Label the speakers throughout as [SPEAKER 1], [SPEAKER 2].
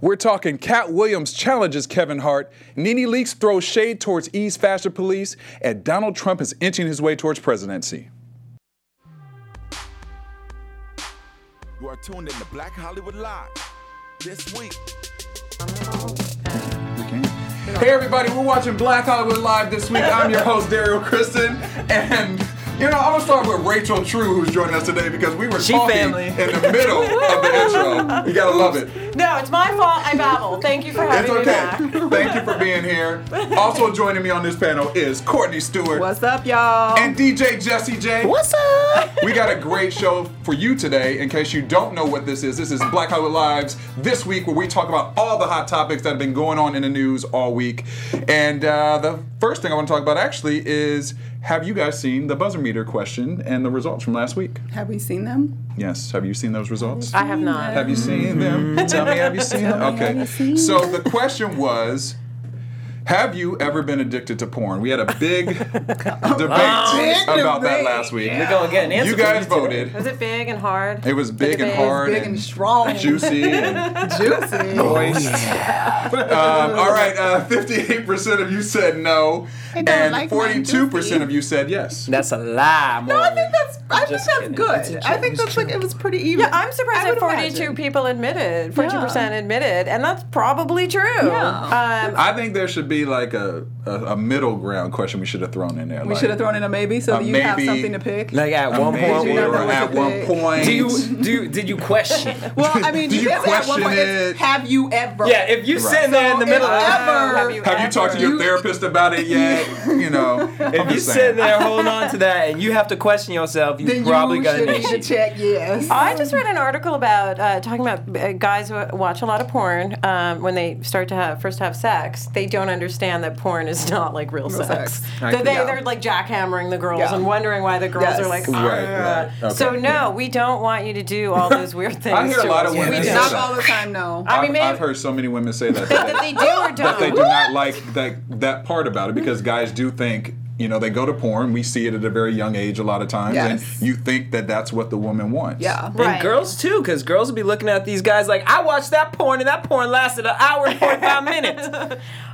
[SPEAKER 1] We're talking Cat Williams challenges Kevin Hart, Nene Leaks throws shade towards E's fashion police, and Donald Trump is inching his way towards presidency.
[SPEAKER 2] You are tuned in to Black Hollywood Live this week.
[SPEAKER 1] Hey everybody, we're watching Black Hollywood Live this week. I'm your host Daryl Kristen, and you know I'm gonna start with Rachel True, who's joining us today because we were
[SPEAKER 3] She
[SPEAKER 1] talking
[SPEAKER 3] family.
[SPEAKER 1] in the middle of the intro. You gotta love it.
[SPEAKER 4] No, it's my fault. I babble. Thank you for
[SPEAKER 1] It's
[SPEAKER 4] having me back.
[SPEAKER 1] okay. Thank you for being here. Also joining me on this panel is Courtney Stewart
[SPEAKER 4] What's up, y'all?
[SPEAKER 1] and DJ Jesse J.
[SPEAKER 3] What's up?
[SPEAKER 1] We got a great show for you today. In case you don't know what this is, this is Black Hollywood Lives this week, where we talk about all the hot topics that have been going on in the news all week. And uh, the first thing I want to talk about actually is have you guys seen the buzzer meter question and the results from last week?
[SPEAKER 5] Have we seen them?
[SPEAKER 1] Yes. Have you seen those results?
[SPEAKER 4] I have not.
[SPEAKER 1] Have you seen them?
[SPEAKER 3] Mm-hmm.
[SPEAKER 1] Tell me, have you seen them?
[SPEAKER 5] me, have
[SPEAKER 1] Okay.
[SPEAKER 5] you seen
[SPEAKER 1] So the question was. Have you ever been addicted to porn? We had a big debate about that
[SPEAKER 5] debate.
[SPEAKER 1] last week.
[SPEAKER 3] We're gonna get an answer.
[SPEAKER 1] You
[SPEAKER 3] for
[SPEAKER 1] guys
[SPEAKER 3] these today.
[SPEAKER 1] voted.
[SPEAKER 4] Was it big and hard?
[SPEAKER 1] It was big and
[SPEAKER 4] It was
[SPEAKER 1] hard
[SPEAKER 5] Big and strong.
[SPEAKER 1] juicy. and-
[SPEAKER 5] Juicy.
[SPEAKER 3] Oh,
[SPEAKER 1] um, all right, uh, 58% of you said no,
[SPEAKER 5] I don't
[SPEAKER 1] and
[SPEAKER 5] like mine
[SPEAKER 1] 42%
[SPEAKER 5] juicy.
[SPEAKER 1] of you said yes.
[SPEAKER 3] That's a lie,
[SPEAKER 5] No, I think
[SPEAKER 3] Morgan.
[SPEAKER 5] that's I think
[SPEAKER 3] Just
[SPEAKER 5] that's
[SPEAKER 3] kidding. It's
[SPEAKER 5] good.
[SPEAKER 3] a
[SPEAKER 5] I think
[SPEAKER 3] joke.
[SPEAKER 5] that's like it was pretty even.
[SPEAKER 4] Yeah, I'm surprised
[SPEAKER 5] I
[SPEAKER 4] that
[SPEAKER 5] would
[SPEAKER 4] 42
[SPEAKER 5] imagine.
[SPEAKER 4] people admitted, 42% admitted, and that's probably true.
[SPEAKER 5] Yeah.
[SPEAKER 4] Um,
[SPEAKER 1] I think there should be like a, a, a middle ground question we should have thrown in there.
[SPEAKER 5] We should have thrown in a maybe so
[SPEAKER 1] A
[SPEAKER 5] that you have
[SPEAKER 1] Uh, maybe.
[SPEAKER 5] something to pick.
[SPEAKER 3] Like at one
[SPEAKER 1] Maybe
[SPEAKER 3] point,
[SPEAKER 5] Did
[SPEAKER 3] we
[SPEAKER 5] you not
[SPEAKER 1] or
[SPEAKER 5] know
[SPEAKER 3] were
[SPEAKER 5] what
[SPEAKER 1] at
[SPEAKER 5] to
[SPEAKER 1] one
[SPEAKER 5] pick?
[SPEAKER 1] point.
[SPEAKER 3] do you do you- did you question?
[SPEAKER 5] well, I mean,
[SPEAKER 1] Do you
[SPEAKER 5] you guess at one
[SPEAKER 1] question
[SPEAKER 5] point
[SPEAKER 1] it?
[SPEAKER 5] it's have you ever?
[SPEAKER 3] yeah, if you sitting there in the
[SPEAKER 5] if
[SPEAKER 3] middle of
[SPEAKER 5] ever-
[SPEAKER 4] have uh, you
[SPEAKER 1] have you talked to
[SPEAKER 4] ever-
[SPEAKER 1] your therapist about it yet? you know,
[SPEAKER 3] if you sitting there holding on to that and you have to question yourself, you
[SPEAKER 5] then
[SPEAKER 3] probably
[SPEAKER 5] you
[SPEAKER 3] got
[SPEAKER 5] should
[SPEAKER 3] an
[SPEAKER 5] need to
[SPEAKER 3] issue.
[SPEAKER 5] check. Yes.
[SPEAKER 4] I just read an article about uh, talking about uh, guys who watch a lot of porn. Um, when they start to have first have sex, they don't understand that porn is not like real, sex.
[SPEAKER 5] sex.
[SPEAKER 4] That they
[SPEAKER 5] Yeah.
[SPEAKER 4] they're like jackhammering the girls
[SPEAKER 5] Yeah.
[SPEAKER 4] and wondering why the girls
[SPEAKER 5] Yes.
[SPEAKER 4] are like.
[SPEAKER 5] Right,
[SPEAKER 1] right.
[SPEAKER 4] "Ah." So
[SPEAKER 1] Okay.
[SPEAKER 4] no, we don't want you to do all those weird things.
[SPEAKER 1] I hear a
[SPEAKER 4] to
[SPEAKER 1] lot
[SPEAKER 4] us.
[SPEAKER 1] of
[SPEAKER 4] We
[SPEAKER 1] women
[SPEAKER 4] don't.
[SPEAKER 1] say
[SPEAKER 5] Not
[SPEAKER 1] that.
[SPEAKER 5] all the time, no.
[SPEAKER 4] I
[SPEAKER 1] I've,
[SPEAKER 4] mean, maybe
[SPEAKER 1] I've heard so many women say that.
[SPEAKER 4] that they do or
[SPEAKER 1] that
[SPEAKER 4] don't.
[SPEAKER 1] they do not like that that part about it because guys do think you know they go to porn we see it at a very young age a lot of times
[SPEAKER 5] Yes.
[SPEAKER 1] and you think that that's what the woman wants
[SPEAKER 5] Yeah.
[SPEAKER 3] And girls too, because girls will be looking at these guys like, I watched that porn and that porn lasted an hour and 45 minutes.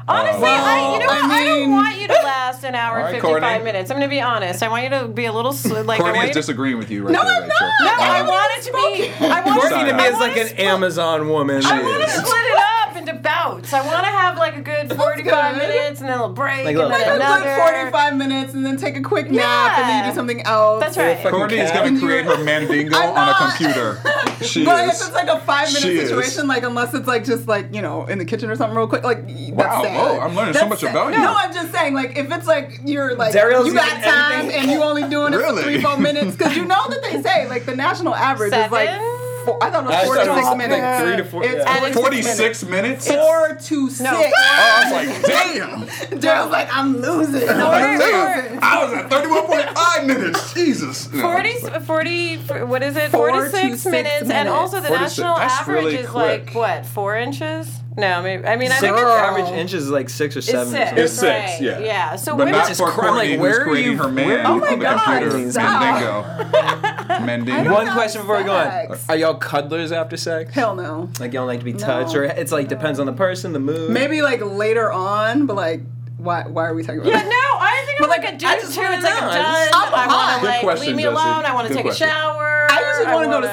[SPEAKER 4] Honestly, I, you know what?
[SPEAKER 5] Well,
[SPEAKER 4] I,
[SPEAKER 5] I
[SPEAKER 4] don't
[SPEAKER 5] mean-
[SPEAKER 4] want you to last an hour
[SPEAKER 1] All
[SPEAKER 4] and
[SPEAKER 1] right,
[SPEAKER 4] 55
[SPEAKER 1] Courtney.
[SPEAKER 4] minutes. I'm going to be honest. I want you to be a little sl- like
[SPEAKER 1] Courtney
[SPEAKER 4] I
[SPEAKER 1] is
[SPEAKER 4] want you to,
[SPEAKER 1] disagreeing with you right
[SPEAKER 5] No,
[SPEAKER 1] there,
[SPEAKER 5] I'm
[SPEAKER 1] Rachel.
[SPEAKER 5] not.
[SPEAKER 4] No, I
[SPEAKER 1] Um,
[SPEAKER 4] want it to be I want
[SPEAKER 3] Courtney to me
[SPEAKER 1] I
[SPEAKER 3] is like an Amazon woman.
[SPEAKER 1] I
[SPEAKER 4] I want to
[SPEAKER 1] is.
[SPEAKER 4] split it up into bouts. I want to have like a good 45
[SPEAKER 5] good.
[SPEAKER 4] minutes and then a break
[SPEAKER 3] Like,
[SPEAKER 4] and
[SPEAKER 3] look.
[SPEAKER 4] then
[SPEAKER 3] Like
[SPEAKER 5] a
[SPEAKER 4] another.
[SPEAKER 5] good 45 minutes and then take a quick nap and then
[SPEAKER 4] Yeah.
[SPEAKER 5] you do something else.
[SPEAKER 4] That's right.
[SPEAKER 1] Courtney is going to create her mandingo
[SPEAKER 5] I'm
[SPEAKER 1] on a
[SPEAKER 5] not.
[SPEAKER 1] computer she
[SPEAKER 5] But if
[SPEAKER 1] is
[SPEAKER 5] it's like a five minute
[SPEAKER 1] She is.
[SPEAKER 5] situation, like unless it's like just like you know in the kitchen or something real quick, like y- that's
[SPEAKER 1] Wow,
[SPEAKER 5] sad.
[SPEAKER 1] whoa, I'm learning so
[SPEAKER 5] That's
[SPEAKER 1] much
[SPEAKER 5] sad.
[SPEAKER 1] about you.
[SPEAKER 5] No, I'm just saying like if it's like you're like
[SPEAKER 3] Daryl's
[SPEAKER 5] you got
[SPEAKER 3] using
[SPEAKER 5] time
[SPEAKER 3] everything.
[SPEAKER 5] and you only doing it
[SPEAKER 1] Really?
[SPEAKER 5] for three four minutes because you know that they say like the national average is like
[SPEAKER 4] Seven?
[SPEAKER 5] four, I thought it
[SPEAKER 3] I
[SPEAKER 5] was four
[SPEAKER 3] thought it
[SPEAKER 5] to
[SPEAKER 3] was
[SPEAKER 5] six
[SPEAKER 3] like
[SPEAKER 5] minutes.
[SPEAKER 3] three to four-
[SPEAKER 5] It's
[SPEAKER 3] yeah.
[SPEAKER 5] four to six
[SPEAKER 1] 46 minutes
[SPEAKER 5] minutes. Four to six.
[SPEAKER 4] No.
[SPEAKER 1] Oh, I was like damn
[SPEAKER 5] Daryl's like I'm losing.
[SPEAKER 1] Like,
[SPEAKER 5] I'm losing.
[SPEAKER 1] damn. I was at 31.5 minutes Jesus No,
[SPEAKER 4] 40, 40, what is it?
[SPEAKER 5] Four
[SPEAKER 4] 46
[SPEAKER 5] to
[SPEAKER 4] minutes,
[SPEAKER 5] six
[SPEAKER 4] And
[SPEAKER 5] minutes.
[SPEAKER 4] also the
[SPEAKER 1] Four to six.
[SPEAKER 4] national
[SPEAKER 1] That's
[SPEAKER 4] average
[SPEAKER 1] really
[SPEAKER 4] is
[SPEAKER 1] quick.
[SPEAKER 4] like, what, four inches? No, maybe. I mean, I think
[SPEAKER 3] Six
[SPEAKER 4] it's
[SPEAKER 3] average inches is like six or
[SPEAKER 4] It's
[SPEAKER 3] seven.
[SPEAKER 4] six.
[SPEAKER 3] or something.
[SPEAKER 1] It's six,
[SPEAKER 4] right.
[SPEAKER 1] yeah.
[SPEAKER 4] Yeah. So
[SPEAKER 1] but
[SPEAKER 4] women
[SPEAKER 1] not
[SPEAKER 3] is
[SPEAKER 1] for
[SPEAKER 3] cr- I'm
[SPEAKER 1] Courtney
[SPEAKER 3] like,
[SPEAKER 1] who's
[SPEAKER 3] where are
[SPEAKER 1] creating
[SPEAKER 3] you-
[SPEAKER 1] her
[SPEAKER 3] where-
[SPEAKER 1] man
[SPEAKER 3] Oh
[SPEAKER 5] my
[SPEAKER 1] on the
[SPEAKER 5] God,
[SPEAKER 1] computer
[SPEAKER 3] stop.
[SPEAKER 1] mandingo mandingo
[SPEAKER 3] One
[SPEAKER 5] About
[SPEAKER 3] question before we go on:
[SPEAKER 5] sex.
[SPEAKER 3] Are y'all cuddlers after sex?
[SPEAKER 5] Hell no.
[SPEAKER 3] Like y'all like to be touched, or it's like depends on the person, the mood.
[SPEAKER 5] Maybe like later on, but like why? Why are we talking about?
[SPEAKER 4] Yeah,
[SPEAKER 5] that?
[SPEAKER 4] no, I think I'm
[SPEAKER 5] But,
[SPEAKER 4] like,
[SPEAKER 3] I
[SPEAKER 4] a
[SPEAKER 5] like,
[SPEAKER 4] dude
[SPEAKER 3] just
[SPEAKER 4] too.
[SPEAKER 3] wanna
[SPEAKER 4] It's like
[SPEAKER 3] know.
[SPEAKER 4] I'm
[SPEAKER 3] I
[SPEAKER 4] done.
[SPEAKER 3] just-
[SPEAKER 5] I'm
[SPEAKER 4] I want
[SPEAKER 5] hot.
[SPEAKER 4] to
[SPEAKER 5] Good
[SPEAKER 4] like leave
[SPEAKER 1] question,
[SPEAKER 4] me
[SPEAKER 1] Jesse.
[SPEAKER 4] alone. I want to
[SPEAKER 1] Good
[SPEAKER 4] take
[SPEAKER 1] question.
[SPEAKER 4] a shower.
[SPEAKER 5] I usually want to go to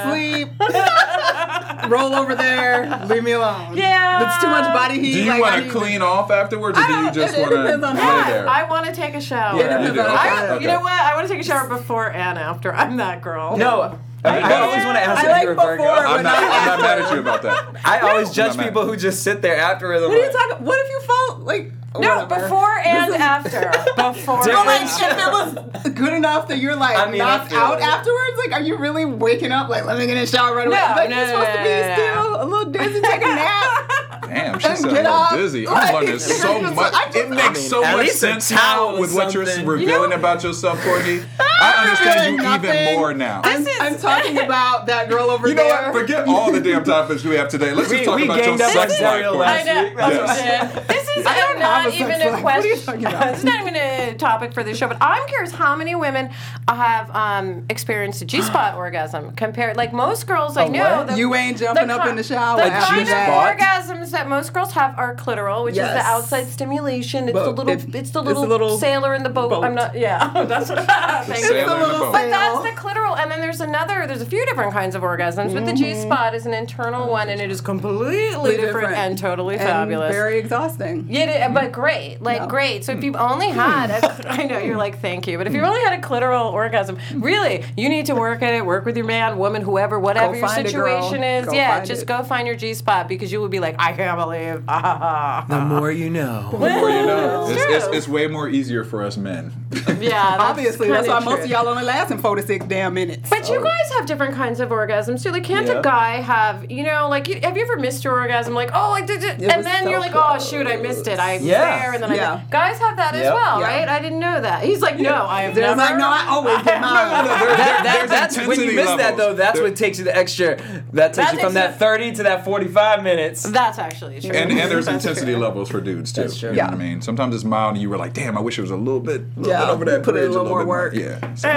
[SPEAKER 4] wanna-
[SPEAKER 5] sleep, roll over there, leave me alone.
[SPEAKER 4] Yeah.
[SPEAKER 5] it's too much body heat.
[SPEAKER 1] Do you
[SPEAKER 5] like, I
[SPEAKER 1] want to
[SPEAKER 5] need-
[SPEAKER 1] clean off afterwards, or
[SPEAKER 5] I
[SPEAKER 1] do you
[SPEAKER 5] don't-
[SPEAKER 1] just
[SPEAKER 5] it- it
[SPEAKER 1] want to lay
[SPEAKER 5] depends on how-
[SPEAKER 1] there?
[SPEAKER 4] I want to take a shower.
[SPEAKER 5] Yeah,
[SPEAKER 1] you
[SPEAKER 5] depends
[SPEAKER 1] do.
[SPEAKER 5] on
[SPEAKER 1] Okay,
[SPEAKER 4] I,
[SPEAKER 1] okay.
[SPEAKER 4] You know what? I want to take a shower before and after. I'm that girl.
[SPEAKER 3] No, I, I always want to ask
[SPEAKER 5] I
[SPEAKER 3] if
[SPEAKER 5] like
[SPEAKER 3] you're a Virgo.
[SPEAKER 5] before,
[SPEAKER 3] I'm
[SPEAKER 1] I'm
[SPEAKER 5] but
[SPEAKER 3] not-
[SPEAKER 1] not, I'm not mad at you about that.
[SPEAKER 3] I always judge
[SPEAKER 1] I'm not
[SPEAKER 3] people
[SPEAKER 1] mad.
[SPEAKER 3] who just sit there after. and
[SPEAKER 5] What are you talking? What if you felt like?
[SPEAKER 4] No,
[SPEAKER 5] Oh, whatever.
[SPEAKER 4] before and after. Before.
[SPEAKER 3] Different.
[SPEAKER 4] and
[SPEAKER 5] Like
[SPEAKER 4] after.
[SPEAKER 5] if it was good enough that you're like
[SPEAKER 3] I mean, I
[SPEAKER 5] knocked
[SPEAKER 3] feel
[SPEAKER 5] out
[SPEAKER 3] it.
[SPEAKER 5] afterwards, like are you really waking up like let me get in the shower right away?
[SPEAKER 4] No,
[SPEAKER 5] like
[SPEAKER 4] no,
[SPEAKER 5] you're
[SPEAKER 4] no,
[SPEAKER 5] supposed to be
[SPEAKER 4] no, no.
[SPEAKER 5] still a little dizzy, take a nap.
[SPEAKER 1] Damn, she said
[SPEAKER 5] get
[SPEAKER 1] I'm
[SPEAKER 5] up.
[SPEAKER 1] dizzy. I'm
[SPEAKER 5] Like,
[SPEAKER 1] learning so
[SPEAKER 5] I just-
[SPEAKER 1] much.
[SPEAKER 5] I just-
[SPEAKER 1] it makes
[SPEAKER 5] I mean,
[SPEAKER 1] so
[SPEAKER 3] at
[SPEAKER 1] much
[SPEAKER 3] least a
[SPEAKER 1] sense
[SPEAKER 3] towel
[SPEAKER 1] now
[SPEAKER 3] or
[SPEAKER 1] with what you're
[SPEAKER 3] something.
[SPEAKER 1] revealing about yourself, Courtney. I understand you
[SPEAKER 5] feeling
[SPEAKER 1] even
[SPEAKER 5] nothing.
[SPEAKER 1] more now.
[SPEAKER 5] I'm, I'm talking about that girl over
[SPEAKER 1] you know
[SPEAKER 5] there.
[SPEAKER 1] what? Forget all the damn topics we have today. Let's
[SPEAKER 3] We-
[SPEAKER 1] just talk
[SPEAKER 3] we
[SPEAKER 1] about your
[SPEAKER 3] ganged up
[SPEAKER 1] sex
[SPEAKER 3] on
[SPEAKER 1] life.
[SPEAKER 3] Dario
[SPEAKER 1] Courtney.
[SPEAKER 4] I
[SPEAKER 3] last
[SPEAKER 4] know.
[SPEAKER 3] week.
[SPEAKER 4] That's what I'm
[SPEAKER 1] Yes.
[SPEAKER 4] saying. This is not
[SPEAKER 5] don't have a sex
[SPEAKER 4] even a
[SPEAKER 5] life. What are you
[SPEAKER 4] question.
[SPEAKER 5] talking about?
[SPEAKER 4] It's not even a topic for the show. But I'm curious how many women have um, experienced a G-spot orgasm compared. Like most girls I know,
[SPEAKER 3] what?
[SPEAKER 4] the-
[SPEAKER 5] You ain't jumping up
[SPEAKER 4] con-
[SPEAKER 5] in the shower
[SPEAKER 4] The
[SPEAKER 5] after
[SPEAKER 4] kind
[SPEAKER 5] that.
[SPEAKER 4] of orgasms organs that most girls have are clitoral, which is
[SPEAKER 5] Yes.
[SPEAKER 4] the outside stimulation. It's the
[SPEAKER 5] Boat.
[SPEAKER 4] little,
[SPEAKER 5] If-
[SPEAKER 4] it's the
[SPEAKER 5] it's
[SPEAKER 4] little,
[SPEAKER 5] a little
[SPEAKER 4] sailor in the boat.
[SPEAKER 5] boat.
[SPEAKER 4] I'm not. Yeah, that's what. Thank you.
[SPEAKER 1] sailor in the boat.
[SPEAKER 4] But that's the clitoral, and then there's another. There's a few different kinds of orgasms, but the
[SPEAKER 5] Mm-hmm.
[SPEAKER 4] G spot is an internal one, and it is completely different, and totally fabulous.
[SPEAKER 5] Very exhausting.
[SPEAKER 4] Yeah, it- but great, like
[SPEAKER 5] No.
[SPEAKER 4] great. So if you've only had, a, I know you're like, thank you, but if you've only had a clitoral orgasm, really, you need to work at it. Work with your man, woman, whoever, whatever your
[SPEAKER 5] find it, girl.
[SPEAKER 4] situation is.
[SPEAKER 5] Go
[SPEAKER 4] yeah,
[SPEAKER 5] find
[SPEAKER 4] just
[SPEAKER 5] it.
[SPEAKER 4] go find your G spot because you will be like, I can't believe. Ah, ha, ha.
[SPEAKER 3] The more you know.
[SPEAKER 1] Before you know,
[SPEAKER 4] It's
[SPEAKER 1] it's, it's,
[SPEAKER 4] true.
[SPEAKER 1] it's way more easier for us men.
[SPEAKER 4] Yeah, that's
[SPEAKER 5] Obviously, that's
[SPEAKER 4] kinda
[SPEAKER 5] why most
[SPEAKER 4] true.
[SPEAKER 5] of y'all only lasting four to six damn minutes.
[SPEAKER 4] But you guys have different kinds of orgasms too. Like, can't
[SPEAKER 1] Yeah.
[SPEAKER 4] a guy have, you know, like, you, have you ever missed your orgasm? Like, oh, I did it. And
[SPEAKER 5] was
[SPEAKER 4] then
[SPEAKER 5] so
[SPEAKER 4] you're like, oh, shoot, I missed it. I was
[SPEAKER 3] Yeah.
[SPEAKER 4] there, and then
[SPEAKER 5] Yeah.
[SPEAKER 4] I. Guys have that as
[SPEAKER 3] Yep.
[SPEAKER 4] well,
[SPEAKER 5] Yeah.
[SPEAKER 4] right? I didn't know that. He's like, no, I have
[SPEAKER 5] There's
[SPEAKER 4] never.
[SPEAKER 5] like, no, I always did mine.
[SPEAKER 1] There-
[SPEAKER 3] That,
[SPEAKER 1] there's
[SPEAKER 3] that, that's when you
[SPEAKER 1] intensity
[SPEAKER 3] miss that
[SPEAKER 1] levels.
[SPEAKER 3] though. That's
[SPEAKER 1] There-
[SPEAKER 3] what takes you the extra. That takes
[SPEAKER 4] That
[SPEAKER 3] you from
[SPEAKER 4] takes
[SPEAKER 3] that
[SPEAKER 4] you-
[SPEAKER 3] 30 to that 45 minutes.
[SPEAKER 4] That's actually true.
[SPEAKER 1] And, and there's
[SPEAKER 4] That's
[SPEAKER 1] intensity
[SPEAKER 4] true.
[SPEAKER 1] levels for dudes too.
[SPEAKER 3] That's true.
[SPEAKER 1] You know
[SPEAKER 5] Yeah.
[SPEAKER 1] what I mean? Sometimes it's mild, and you were like, "Damn, I wish it was a little bit, little
[SPEAKER 5] Yeah,
[SPEAKER 1] bit over that
[SPEAKER 5] put in a
[SPEAKER 1] bridge,
[SPEAKER 5] little more work.
[SPEAKER 1] Yeah. So-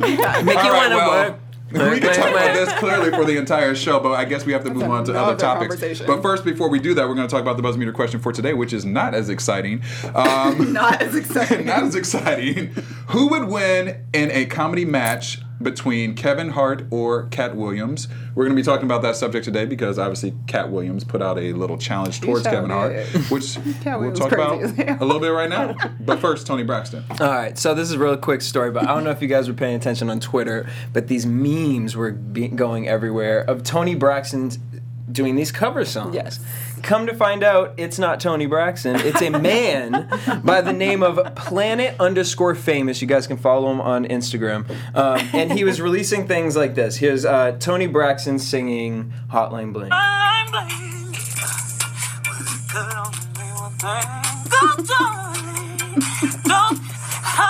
[SPEAKER 3] Make
[SPEAKER 1] All
[SPEAKER 3] you
[SPEAKER 1] right,
[SPEAKER 3] wanna
[SPEAKER 1] well,
[SPEAKER 3] work.
[SPEAKER 1] We can
[SPEAKER 3] Work,
[SPEAKER 1] talk
[SPEAKER 3] work,
[SPEAKER 1] about this clearly for the entire show, but I guess we have to move on to other
[SPEAKER 5] another
[SPEAKER 1] topics.
[SPEAKER 5] conversation.
[SPEAKER 1] But first, before we do that, we're going to talk about the buzz meter question for today, which is not as exciting. Um,
[SPEAKER 5] Not as exciting.
[SPEAKER 1] not as exciting. Who would win in a comedy match between Kevin Hart or Cat Williams? We're going to be talking about that subject today because obviously Cat Williams put out a little challenge towards
[SPEAKER 5] sure
[SPEAKER 1] Kevin Hart,
[SPEAKER 5] did.
[SPEAKER 1] which we'll
[SPEAKER 5] Williams
[SPEAKER 1] talk
[SPEAKER 5] crazy
[SPEAKER 1] about
[SPEAKER 5] as hell.
[SPEAKER 1] a little bit right now. But first, Tony Braxton.
[SPEAKER 3] All right, so this is a real quick story, but I don't know if you guys were paying attention on Twitter, but these memes were be- going everywhere of Tony Braxton doing these cover songs.
[SPEAKER 5] Yes.
[SPEAKER 3] Come to find out, it's not Tony Braxton. It's a man by the name of Planet underscore Famous. You guys can follow him on Instagram, um, and he was releasing things like this. Here's uh, Tony Braxton singing "Hotline Bling."
[SPEAKER 6] I'm blamed. Good on me one thing. Don't darling, don't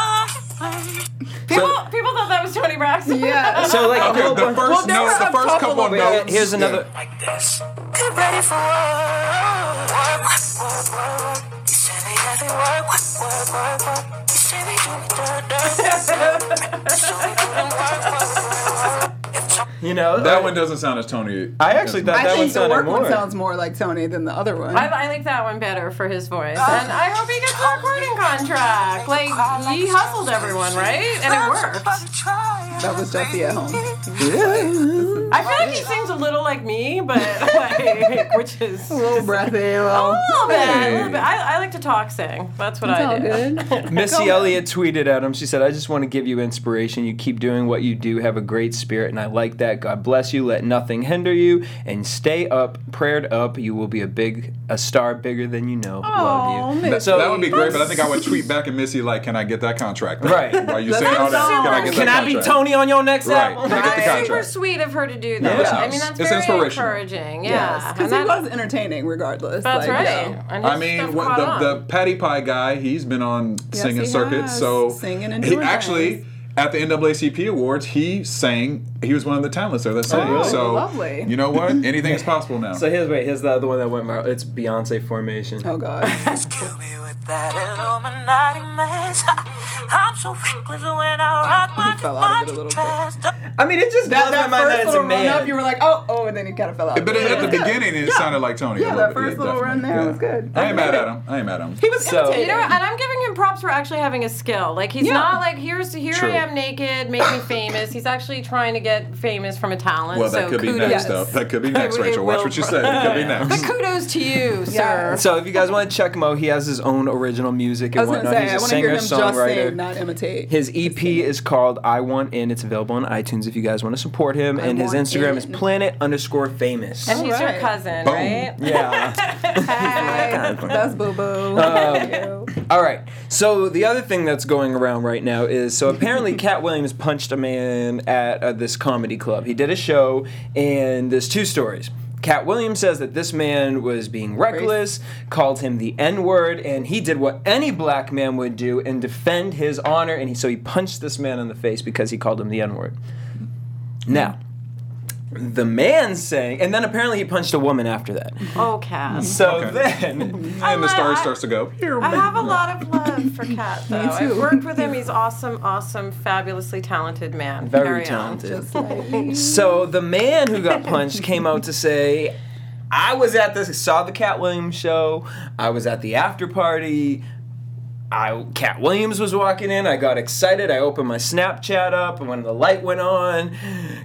[SPEAKER 6] hide.
[SPEAKER 4] People, people thought that was Tony Braxton.
[SPEAKER 5] Yeah.
[SPEAKER 3] So like a
[SPEAKER 1] Okay,
[SPEAKER 3] whole
[SPEAKER 1] the first
[SPEAKER 3] bunch- Well, there
[SPEAKER 1] note,
[SPEAKER 3] were
[SPEAKER 1] the
[SPEAKER 3] a
[SPEAKER 1] first couple of
[SPEAKER 3] wait, wait,
[SPEAKER 1] notes.
[SPEAKER 3] Here's
[SPEAKER 1] Yeah.
[SPEAKER 3] another.
[SPEAKER 6] Like this. Get ready for work. Work, work, work. You say me nothing. Work, work, work, work. You say me do me dirt, dirt, dirt. Show me do them work, work, work, work. If talk-
[SPEAKER 3] You know
[SPEAKER 1] That
[SPEAKER 3] I-
[SPEAKER 1] one doesn't sound as Tony.
[SPEAKER 3] I actually thought
[SPEAKER 5] I
[SPEAKER 3] that one
[SPEAKER 5] think the
[SPEAKER 3] sounded
[SPEAKER 5] work
[SPEAKER 3] more.
[SPEAKER 5] one sounds more like Tony than the other one.
[SPEAKER 4] I, I like that one better for his voice. and I hope he gets a recording contract. Like, he hustled everyone, right? And it worked.
[SPEAKER 5] that was Jesse at home.
[SPEAKER 4] I feel like he sings a little like me, but like, which is.
[SPEAKER 5] A little breathy, a little.
[SPEAKER 4] A little bit. A
[SPEAKER 1] Hey.
[SPEAKER 4] little bit. I, I like to talk sing. That's what
[SPEAKER 5] It's
[SPEAKER 4] I
[SPEAKER 5] all
[SPEAKER 4] do.
[SPEAKER 5] good.
[SPEAKER 3] Missy Elliott tweeted at him. She said, "I just want to give you inspiration. You keep doing what you do. Have a great spirit, and I like that. God bless you. Let nothing hinder you, and stay up, prayed up. You will be a big, a star bigger than you know. Love you."
[SPEAKER 1] That,
[SPEAKER 3] So-
[SPEAKER 1] that would be great, but I think I would tweet back and Missy like, "Can I get that contract?"
[SPEAKER 3] Right.
[SPEAKER 1] While you saying all that,
[SPEAKER 4] so
[SPEAKER 1] can I get
[SPEAKER 4] nice.
[SPEAKER 1] that
[SPEAKER 3] Can I be
[SPEAKER 1] contract?
[SPEAKER 3] Tony on your next
[SPEAKER 1] Right.
[SPEAKER 3] album?
[SPEAKER 1] Can I get the
[SPEAKER 4] That's super
[SPEAKER 1] contract?
[SPEAKER 4] sweet of her to do that.
[SPEAKER 1] it's
[SPEAKER 4] I
[SPEAKER 1] nice.
[SPEAKER 4] mean, that's
[SPEAKER 1] It's
[SPEAKER 4] very
[SPEAKER 1] inspirational.
[SPEAKER 4] encouraging. Yeah.
[SPEAKER 5] Yes, because he
[SPEAKER 4] And that-
[SPEAKER 5] was entertaining regardless.
[SPEAKER 4] That's
[SPEAKER 5] like,
[SPEAKER 4] right.
[SPEAKER 5] yeah.
[SPEAKER 4] And his
[SPEAKER 1] I mean,
[SPEAKER 4] stuff
[SPEAKER 1] what,
[SPEAKER 4] caught
[SPEAKER 1] the,
[SPEAKER 4] on.
[SPEAKER 1] the Patty Pie guy, he's been on singing
[SPEAKER 5] he
[SPEAKER 1] circuits.
[SPEAKER 5] has.
[SPEAKER 1] So
[SPEAKER 5] Singing and
[SPEAKER 1] he
[SPEAKER 5] doing
[SPEAKER 1] actually
[SPEAKER 5] things.
[SPEAKER 1] at the NAACP awards, he sang. He was one of the talents there that sang.
[SPEAKER 5] Oh,
[SPEAKER 1] so
[SPEAKER 5] lovely.
[SPEAKER 1] you know what? Anything is possible now.
[SPEAKER 3] So here's wait, here's the other one that went viral. It's Beyonce Formation.
[SPEAKER 5] Oh God.
[SPEAKER 6] Just kill me with that Illuminati mess. I'm so reckless when I rock my Uh,
[SPEAKER 5] fell out of it a little
[SPEAKER 6] dress.
[SPEAKER 3] I mean, it just
[SPEAKER 5] that
[SPEAKER 3] blows my
[SPEAKER 5] that
[SPEAKER 3] mind that
[SPEAKER 5] first
[SPEAKER 3] it's a
[SPEAKER 5] little run up,
[SPEAKER 3] man.
[SPEAKER 5] you were like, oh, oh, and then he kind of fell out.
[SPEAKER 1] but at the
[SPEAKER 5] Yeah.
[SPEAKER 1] beginning, it sounded like Tony. a
[SPEAKER 5] Yeah,
[SPEAKER 1] little
[SPEAKER 5] that
[SPEAKER 1] bit.
[SPEAKER 5] first little run there was good.
[SPEAKER 1] I ain't mad at him. I ain't mad at him.
[SPEAKER 5] he was
[SPEAKER 3] So-
[SPEAKER 5] imitating.
[SPEAKER 4] You know, what? and I'm giving him props for actually having a skill. Like he's
[SPEAKER 5] Yeah.
[SPEAKER 4] not like here's here
[SPEAKER 1] True.
[SPEAKER 4] I am naked, make me famous. He's actually trying to get famous from a talent.
[SPEAKER 1] Well, that
[SPEAKER 4] so
[SPEAKER 1] could be
[SPEAKER 4] kudos.
[SPEAKER 1] next,
[SPEAKER 5] Yes.
[SPEAKER 1] though. That could be next,
[SPEAKER 4] It
[SPEAKER 1] Rachel. Watch
[SPEAKER 4] will-
[SPEAKER 1] what you say. It could be next.
[SPEAKER 4] But kudos to you,
[SPEAKER 5] Yeah.
[SPEAKER 4] sir.
[SPEAKER 3] So if you guys want to check him out, he has his own original music
[SPEAKER 5] I
[SPEAKER 3] and
[SPEAKER 5] was gonna
[SPEAKER 3] whatnot.
[SPEAKER 5] say, I
[SPEAKER 3] He's a
[SPEAKER 5] want to hear
[SPEAKER 3] singer
[SPEAKER 5] him just
[SPEAKER 3] songwriter.
[SPEAKER 5] sing, not imitate.
[SPEAKER 3] His EP is called I Want In. It's available on iTunes if you guys want to support him. and his
[SPEAKER 5] Want
[SPEAKER 3] Instagram
[SPEAKER 5] In.
[SPEAKER 3] is planet underscore famous.
[SPEAKER 4] and he's your
[SPEAKER 5] Alright.
[SPEAKER 4] cousin,
[SPEAKER 1] Boom.
[SPEAKER 4] right?
[SPEAKER 3] Yeah.
[SPEAKER 5] Hi, that's Boo Boo.
[SPEAKER 3] All right. So the other thing that's going around right now is so apparently Cat Williams punched a man at uh, this comedy club. He did a show, and there's two stories. Cat Williams says that this man was being reckless, called him the N word, and he did what any black man would do and defend his honor. And he, so he punched this man in the face because he called him the N word. Now, the man saying, and then apparently he punched a woman after that.
[SPEAKER 4] Oh, Cass.
[SPEAKER 3] So
[SPEAKER 1] Okay.
[SPEAKER 3] then.
[SPEAKER 1] And the story
[SPEAKER 4] I-
[SPEAKER 1] starts to go.
[SPEAKER 4] I have a lot of love for Cat, though. I've
[SPEAKER 5] too.
[SPEAKER 4] worked with him. He's awesome, awesome, fabulously talented man.
[SPEAKER 3] Very
[SPEAKER 4] on.
[SPEAKER 3] talented.
[SPEAKER 5] Just like-
[SPEAKER 3] So the man who got punched came out to say, I was at the saw the Cat Williams show. I was at the after party. I Cat Williams was walking in. I got excited. I opened my Snapchat up, and when the light went on,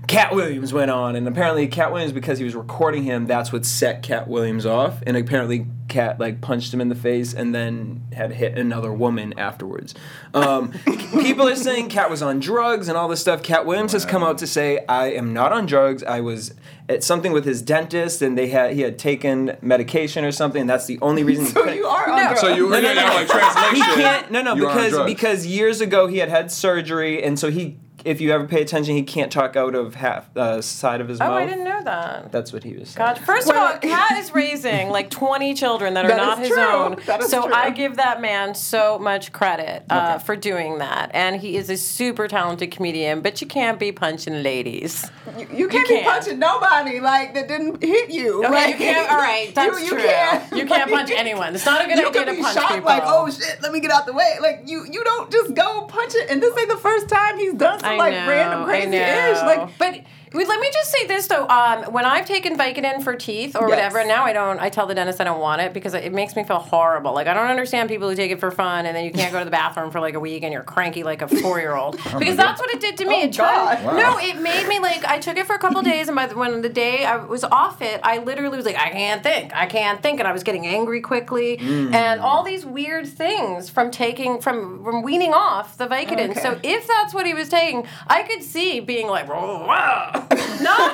[SPEAKER 3] Cat Williams went on. And apparently, Cat Williams, because he was recording him, that's what set Cat Williams off. And apparently, Cat like punched him in the face, and then had hit another woman afterwards. Um, people are saying Cat was on drugs and all this stuff. Cat Williams has come out to say, "I am not on drugs. I was." at something with his dentist, and they had he had taken medication or something. And that's the only reason.
[SPEAKER 5] So you are on drugs.
[SPEAKER 1] So you
[SPEAKER 3] No,
[SPEAKER 1] no,
[SPEAKER 3] no, no.
[SPEAKER 1] like translation.
[SPEAKER 3] He can't. No, no,
[SPEAKER 1] you are on
[SPEAKER 3] because
[SPEAKER 1] drugs.
[SPEAKER 3] because years ago he had had surgery, and so he, if you ever pay attention, he can't talk out of half uh, side of his
[SPEAKER 4] Oh,
[SPEAKER 3] mouth.
[SPEAKER 4] I didn't know that.
[SPEAKER 3] That's what he was saying.
[SPEAKER 4] God, first of all,
[SPEAKER 5] Well-
[SPEAKER 4] Cat is raising like 20 children that are
[SPEAKER 5] That
[SPEAKER 4] not
[SPEAKER 5] is
[SPEAKER 4] his
[SPEAKER 5] true.
[SPEAKER 4] own.
[SPEAKER 5] That is
[SPEAKER 4] so
[SPEAKER 5] true.
[SPEAKER 4] I give that man so much credit uh, for doing that. And he is a super talented comedian, but you can't be punching ladies.
[SPEAKER 5] You, you can't
[SPEAKER 4] You
[SPEAKER 5] be
[SPEAKER 4] can.
[SPEAKER 5] punching nobody like that didn't hit you.
[SPEAKER 4] Okay,
[SPEAKER 5] like,
[SPEAKER 4] you can't. All right, that's
[SPEAKER 5] you, you
[SPEAKER 4] true.
[SPEAKER 5] Can't,
[SPEAKER 4] you can't punch
[SPEAKER 5] like,
[SPEAKER 4] anyone. It's not a good
[SPEAKER 5] You
[SPEAKER 4] idea
[SPEAKER 5] can
[SPEAKER 4] to
[SPEAKER 5] be
[SPEAKER 4] punch
[SPEAKER 5] shocked
[SPEAKER 4] people.
[SPEAKER 5] like, oh shit, let me get out the way. Like you, you don't just go punch it. And this ain't the first time he's done some
[SPEAKER 4] I
[SPEAKER 5] like
[SPEAKER 4] know,
[SPEAKER 5] random
[SPEAKER 4] I
[SPEAKER 5] crazy
[SPEAKER 4] know.
[SPEAKER 5] ish. Like
[SPEAKER 4] but. wait, Let me just say this though. Um, when I've taken Vicodin for teeth or whatever,
[SPEAKER 5] Yes.
[SPEAKER 4] now I don't. I tell the dentist I don't want it because it makes me feel horrible. Like I don't understand people who take it for fun and then you can't go to the bathroom for like a week and you're cranky like a four year old. because that's what it did to me.
[SPEAKER 5] Oh,
[SPEAKER 4] it tried-
[SPEAKER 5] God.
[SPEAKER 4] No, it made me like I took it for a couple days and by the, when the day I was off it, I literally was like I can't think, I can't think, and I was getting angry quickly
[SPEAKER 1] Mm.
[SPEAKER 4] and all these weird things from taking from from weaning off the Vicodin.
[SPEAKER 5] Okay.
[SPEAKER 4] So if that's what he was taking, I could see being like, "Whoa, whoa." not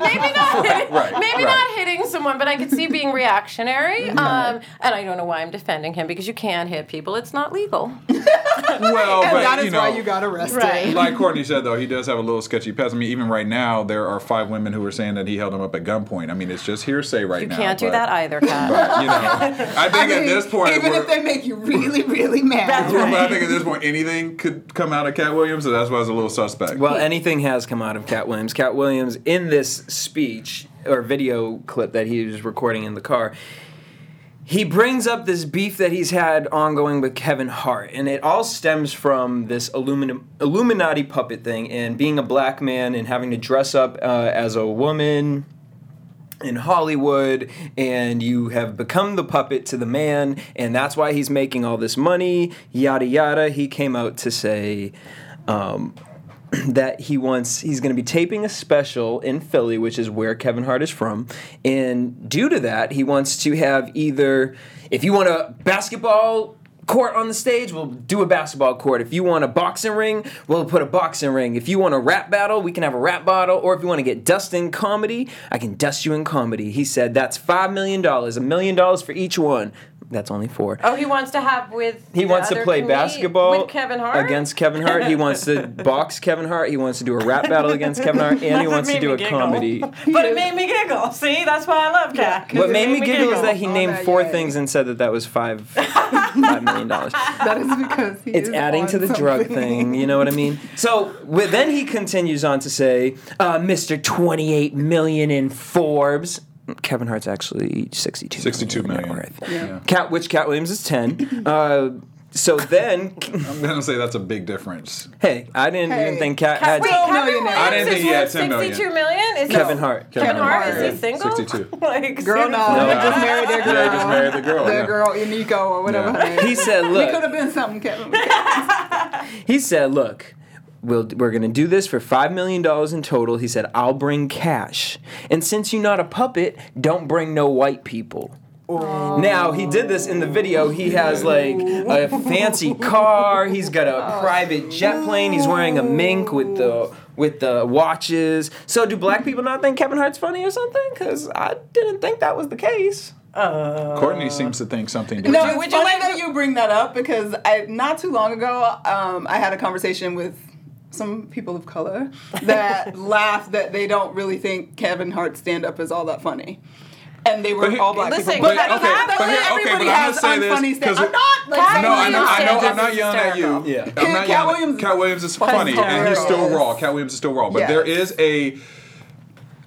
[SPEAKER 4] maybe not hitting,
[SPEAKER 1] right,
[SPEAKER 4] maybe
[SPEAKER 1] right.
[SPEAKER 4] not hitting someone, but I could see being reactionary. Um, and I don't know why I'm defending him because you can hit people; it's not legal.
[SPEAKER 1] Well,
[SPEAKER 5] and
[SPEAKER 1] but,
[SPEAKER 5] that is
[SPEAKER 1] you know,
[SPEAKER 5] why you got arrested.
[SPEAKER 4] Right.
[SPEAKER 1] Like Courtney said, though, he does have a little sketchy past. I mean, even right now, there are five women who are saying that he held them up at gunpoint. I mean, it's just hearsay right
[SPEAKER 4] You
[SPEAKER 1] now.
[SPEAKER 4] can't do
[SPEAKER 1] but-
[SPEAKER 4] that either, Kat.
[SPEAKER 1] But, you know, I think at this point,
[SPEAKER 5] even
[SPEAKER 1] we're-
[SPEAKER 5] if they make you really, really mad.
[SPEAKER 4] That's
[SPEAKER 1] Well,
[SPEAKER 4] right.
[SPEAKER 1] but I think at this point anything could come out of Cat Williams, so that's why I was a little suspect.
[SPEAKER 3] Well, anything has come out of Cat Williams. Cat Williams, in this speech or video clip that he was recording in the car, he brings up this beef that he's had ongoing with Kevin Hart, and it all stems from this aluminum, Illuminati puppet thing and being a black man and having to dress up uh, as a woman in Hollywood and you have become the puppet to the man, and that's why he's making all this money, yada yada. He came out to say um, that he wants, he's going to be taping a special in Philly, which is where Kevin Hart is from. And due to that, he wants to have either, if you want a basketball court on the stage, we'll do a basketball court. If you want a boxing ring, we'll put a boxing ring. If you want a rap battle, we can have a rap battle. Or if you want to get dust in comedy, I can dust you in comedy. He said that's $5 million, a million dollars for each one. That's only four.
[SPEAKER 4] Oh, he wants to have with.
[SPEAKER 3] He
[SPEAKER 4] the
[SPEAKER 3] wants to
[SPEAKER 4] other
[SPEAKER 3] play
[SPEAKER 4] comedi-
[SPEAKER 3] basketball
[SPEAKER 4] with Kevin Hart
[SPEAKER 3] against Kevin Hart. He wants to box Kevin Hart. He wants to do a rap battle against Kevin Hart, and he
[SPEAKER 4] It
[SPEAKER 3] wants to
[SPEAKER 4] made
[SPEAKER 3] do
[SPEAKER 4] me
[SPEAKER 3] a
[SPEAKER 4] giggle.
[SPEAKER 3] comedy.
[SPEAKER 4] But it made me giggle. See, that's why I love Cat. 'cause
[SPEAKER 3] What
[SPEAKER 4] it
[SPEAKER 3] made me giggle, is that he
[SPEAKER 5] Oh,
[SPEAKER 3] named
[SPEAKER 5] that
[SPEAKER 3] four
[SPEAKER 5] yay.
[SPEAKER 3] things and said that that was five five million dollars.
[SPEAKER 5] That is because he
[SPEAKER 3] It's
[SPEAKER 5] is
[SPEAKER 3] adding
[SPEAKER 5] on
[SPEAKER 3] to the
[SPEAKER 5] something.
[SPEAKER 3] drug thing, you know what I mean? So wi- then he continues on to say, uh, "Mr. Twenty Eight Million in Forbes." Kevin Hart's actually sixty-two.
[SPEAKER 1] 62
[SPEAKER 3] million net
[SPEAKER 1] million.
[SPEAKER 3] worth. Cat, which Cat Williams is ten. Uh, so then,
[SPEAKER 1] I'm gonna say that's a big difference.
[SPEAKER 3] hey, I didn't even
[SPEAKER 5] Hey,
[SPEAKER 3] think Cat,
[SPEAKER 4] Cat-
[SPEAKER 3] had.
[SPEAKER 4] Wait,
[SPEAKER 5] Still
[SPEAKER 4] Kevin
[SPEAKER 5] millionaire.
[SPEAKER 4] Williams
[SPEAKER 5] I
[SPEAKER 1] didn't think
[SPEAKER 4] is
[SPEAKER 1] he had
[SPEAKER 4] worth
[SPEAKER 1] 10 million.
[SPEAKER 4] sixty-two million. Is
[SPEAKER 3] Kevin
[SPEAKER 4] he,
[SPEAKER 3] Hart.
[SPEAKER 4] Kevin
[SPEAKER 1] Kevin
[SPEAKER 4] Hart
[SPEAKER 1] Hart,
[SPEAKER 4] is he
[SPEAKER 1] yeah.
[SPEAKER 4] single?
[SPEAKER 1] 62.
[SPEAKER 4] like
[SPEAKER 5] Girl, no,
[SPEAKER 4] seriously?
[SPEAKER 5] he just married their
[SPEAKER 1] Yeah,
[SPEAKER 5] girl.
[SPEAKER 1] he Uh, just married the girl,
[SPEAKER 5] Their
[SPEAKER 1] yeah.
[SPEAKER 5] girl Iniko or whatever.
[SPEAKER 1] Yeah.
[SPEAKER 5] her name
[SPEAKER 3] He
[SPEAKER 5] is.
[SPEAKER 3] said,
[SPEAKER 5] He could
[SPEAKER 3] "Look."
[SPEAKER 5] have been something, Kevin.
[SPEAKER 3] He said, "Look, we'll, we're going to do this for five million dollars in total." He said, "I'll bring cash, and since you're not a puppet, don't bring no white people." Now he did this in the video. He has like a fancy car. He's got a private jet plane. He's wearing a mink with the with the watches. So do black people not think Kevin Hart's funny or something? Because I didn't think that was the case.
[SPEAKER 1] Courtney seems to think something.
[SPEAKER 5] No,
[SPEAKER 1] different.
[SPEAKER 5] it's
[SPEAKER 4] would you
[SPEAKER 5] funny
[SPEAKER 4] like
[SPEAKER 5] that
[SPEAKER 4] to-
[SPEAKER 5] you bring that up because I not too long ago um, I had a conversation with some people of color that laughed that they don't really think Kevin Hart's stand up is all that funny. And they were
[SPEAKER 1] But he-
[SPEAKER 5] all black
[SPEAKER 4] Listen,
[SPEAKER 5] people.
[SPEAKER 1] but,
[SPEAKER 4] But that-
[SPEAKER 1] okay,
[SPEAKER 4] that-
[SPEAKER 1] but here, okay,
[SPEAKER 4] that-
[SPEAKER 1] but
[SPEAKER 5] everybody
[SPEAKER 1] I'm gonna
[SPEAKER 5] has
[SPEAKER 1] say this
[SPEAKER 5] unfunny stuff.
[SPEAKER 1] 'cause-
[SPEAKER 5] I'm not like
[SPEAKER 1] no, I know, I know, I'm
[SPEAKER 4] Williams
[SPEAKER 1] not
[SPEAKER 4] is
[SPEAKER 1] yelling at you.
[SPEAKER 4] hysterical.
[SPEAKER 3] Yeah.
[SPEAKER 1] I'm not
[SPEAKER 5] Cat
[SPEAKER 1] yelling-
[SPEAKER 5] Williams-
[SPEAKER 1] Cat Williams is funny, and he's
[SPEAKER 5] hilarious.
[SPEAKER 1] still raw. Cat Williams is still raw, but
[SPEAKER 5] Yes.
[SPEAKER 1] there is a.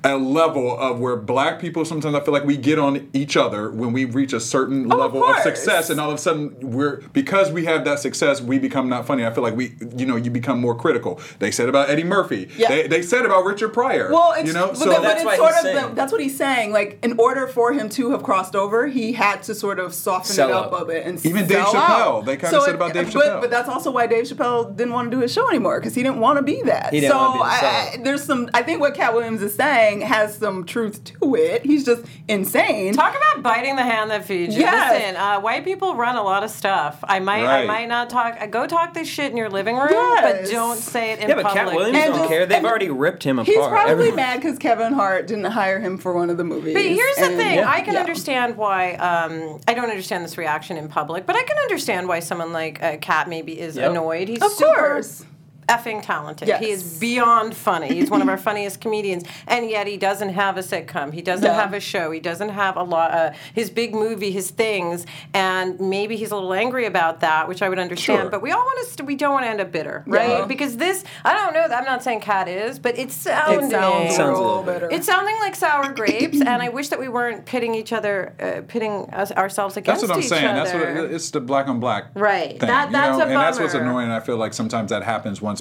[SPEAKER 1] a level of where black people sometimes I feel like we get on each other when we reach a certain
[SPEAKER 5] of
[SPEAKER 1] level of,
[SPEAKER 5] course.
[SPEAKER 1] success, and all of a sudden we're because we have that success, we become not funny. I feel like we, you know, you become more critical. They said about Eddie Murphy.
[SPEAKER 5] Yeah.
[SPEAKER 1] They, they said about Richard Pryor.
[SPEAKER 5] Well, it's,
[SPEAKER 1] you know,
[SPEAKER 5] but,
[SPEAKER 1] so
[SPEAKER 5] then- but
[SPEAKER 3] That's
[SPEAKER 5] it's
[SPEAKER 3] why
[SPEAKER 5] sort
[SPEAKER 3] he's
[SPEAKER 5] of the,
[SPEAKER 3] saying-
[SPEAKER 5] that's what he's saying. Like, in order for him to have crossed over, he had to sort of soften
[SPEAKER 3] Sell
[SPEAKER 5] it up
[SPEAKER 3] out.
[SPEAKER 5] a bit and
[SPEAKER 1] Even Dave
[SPEAKER 5] sell
[SPEAKER 1] Chappelle.
[SPEAKER 5] out.
[SPEAKER 1] They kinda said about Dave
[SPEAKER 5] but,
[SPEAKER 1] Chappelle.
[SPEAKER 5] but that's also why Dave Chappelle didn't want to do his show anymore because he didn't want to be that.
[SPEAKER 3] He didn't
[SPEAKER 5] so
[SPEAKER 3] wanna be the
[SPEAKER 5] I-
[SPEAKER 3] sellout.
[SPEAKER 5] I, there's some. I think what Cat Williams is saying has some truth to it. He's just insane.
[SPEAKER 4] Talk about biting the hand that feeds you.
[SPEAKER 5] Yes.
[SPEAKER 4] Listen, uh, white people run a lot of stuff. I might, I
[SPEAKER 1] Right.
[SPEAKER 4] might not talk. uh, Go talk this shit in your living room,
[SPEAKER 5] Yes.
[SPEAKER 4] but don't say it in
[SPEAKER 3] Yeah, but
[SPEAKER 4] public.
[SPEAKER 3] Cat Williams
[SPEAKER 5] And
[SPEAKER 3] don't
[SPEAKER 5] just-
[SPEAKER 3] care. They've
[SPEAKER 5] and
[SPEAKER 3] already ripped him apart.
[SPEAKER 5] He's probably
[SPEAKER 3] Everyone-
[SPEAKER 5] mad because Kevin Hart didn't hire him for one of the movies.
[SPEAKER 4] But here's the
[SPEAKER 5] and-
[SPEAKER 4] thing: I can
[SPEAKER 5] yeah.
[SPEAKER 4] understand why. Um, I don't understand this reaction in public, but I can understand why someone like uh, Cat maybe is
[SPEAKER 3] Yep.
[SPEAKER 4] annoyed. He's
[SPEAKER 5] Of
[SPEAKER 4] super
[SPEAKER 5] course.
[SPEAKER 4] effing talented. He
[SPEAKER 5] Yes.
[SPEAKER 4] is beyond funny. He's one of our funniest comedians, and yet he doesn't have a sitcom. He doesn't
[SPEAKER 5] Yeah.
[SPEAKER 4] have a show. He doesn't have a lot. Uh, his big movie, his things, and maybe he's a little angry about that, which I would understand.
[SPEAKER 1] Sure.
[SPEAKER 4] But we all want to. St- we don't want to end up bitter, right?
[SPEAKER 5] Yeah.
[SPEAKER 4] Because this, I don't know. I'm not saying Cat is, but it's sounding.
[SPEAKER 5] It sounds,
[SPEAKER 3] Sounds
[SPEAKER 5] a
[SPEAKER 3] a
[SPEAKER 5] little
[SPEAKER 3] little bit.
[SPEAKER 5] better.
[SPEAKER 4] It's sounding like sour grapes, and I wish that we weren't pitting each other, uh, pitting us, ourselves against
[SPEAKER 1] That's what I'm
[SPEAKER 4] each
[SPEAKER 1] saying.
[SPEAKER 4] other.
[SPEAKER 1] That's what it, it's the black on black.
[SPEAKER 4] Right.
[SPEAKER 1] Thing,
[SPEAKER 4] That-
[SPEAKER 1] you
[SPEAKER 4] that's
[SPEAKER 1] know?
[SPEAKER 4] a
[SPEAKER 1] And that's what's
[SPEAKER 4] bummer.
[SPEAKER 1] annoying. I feel like sometimes that happens once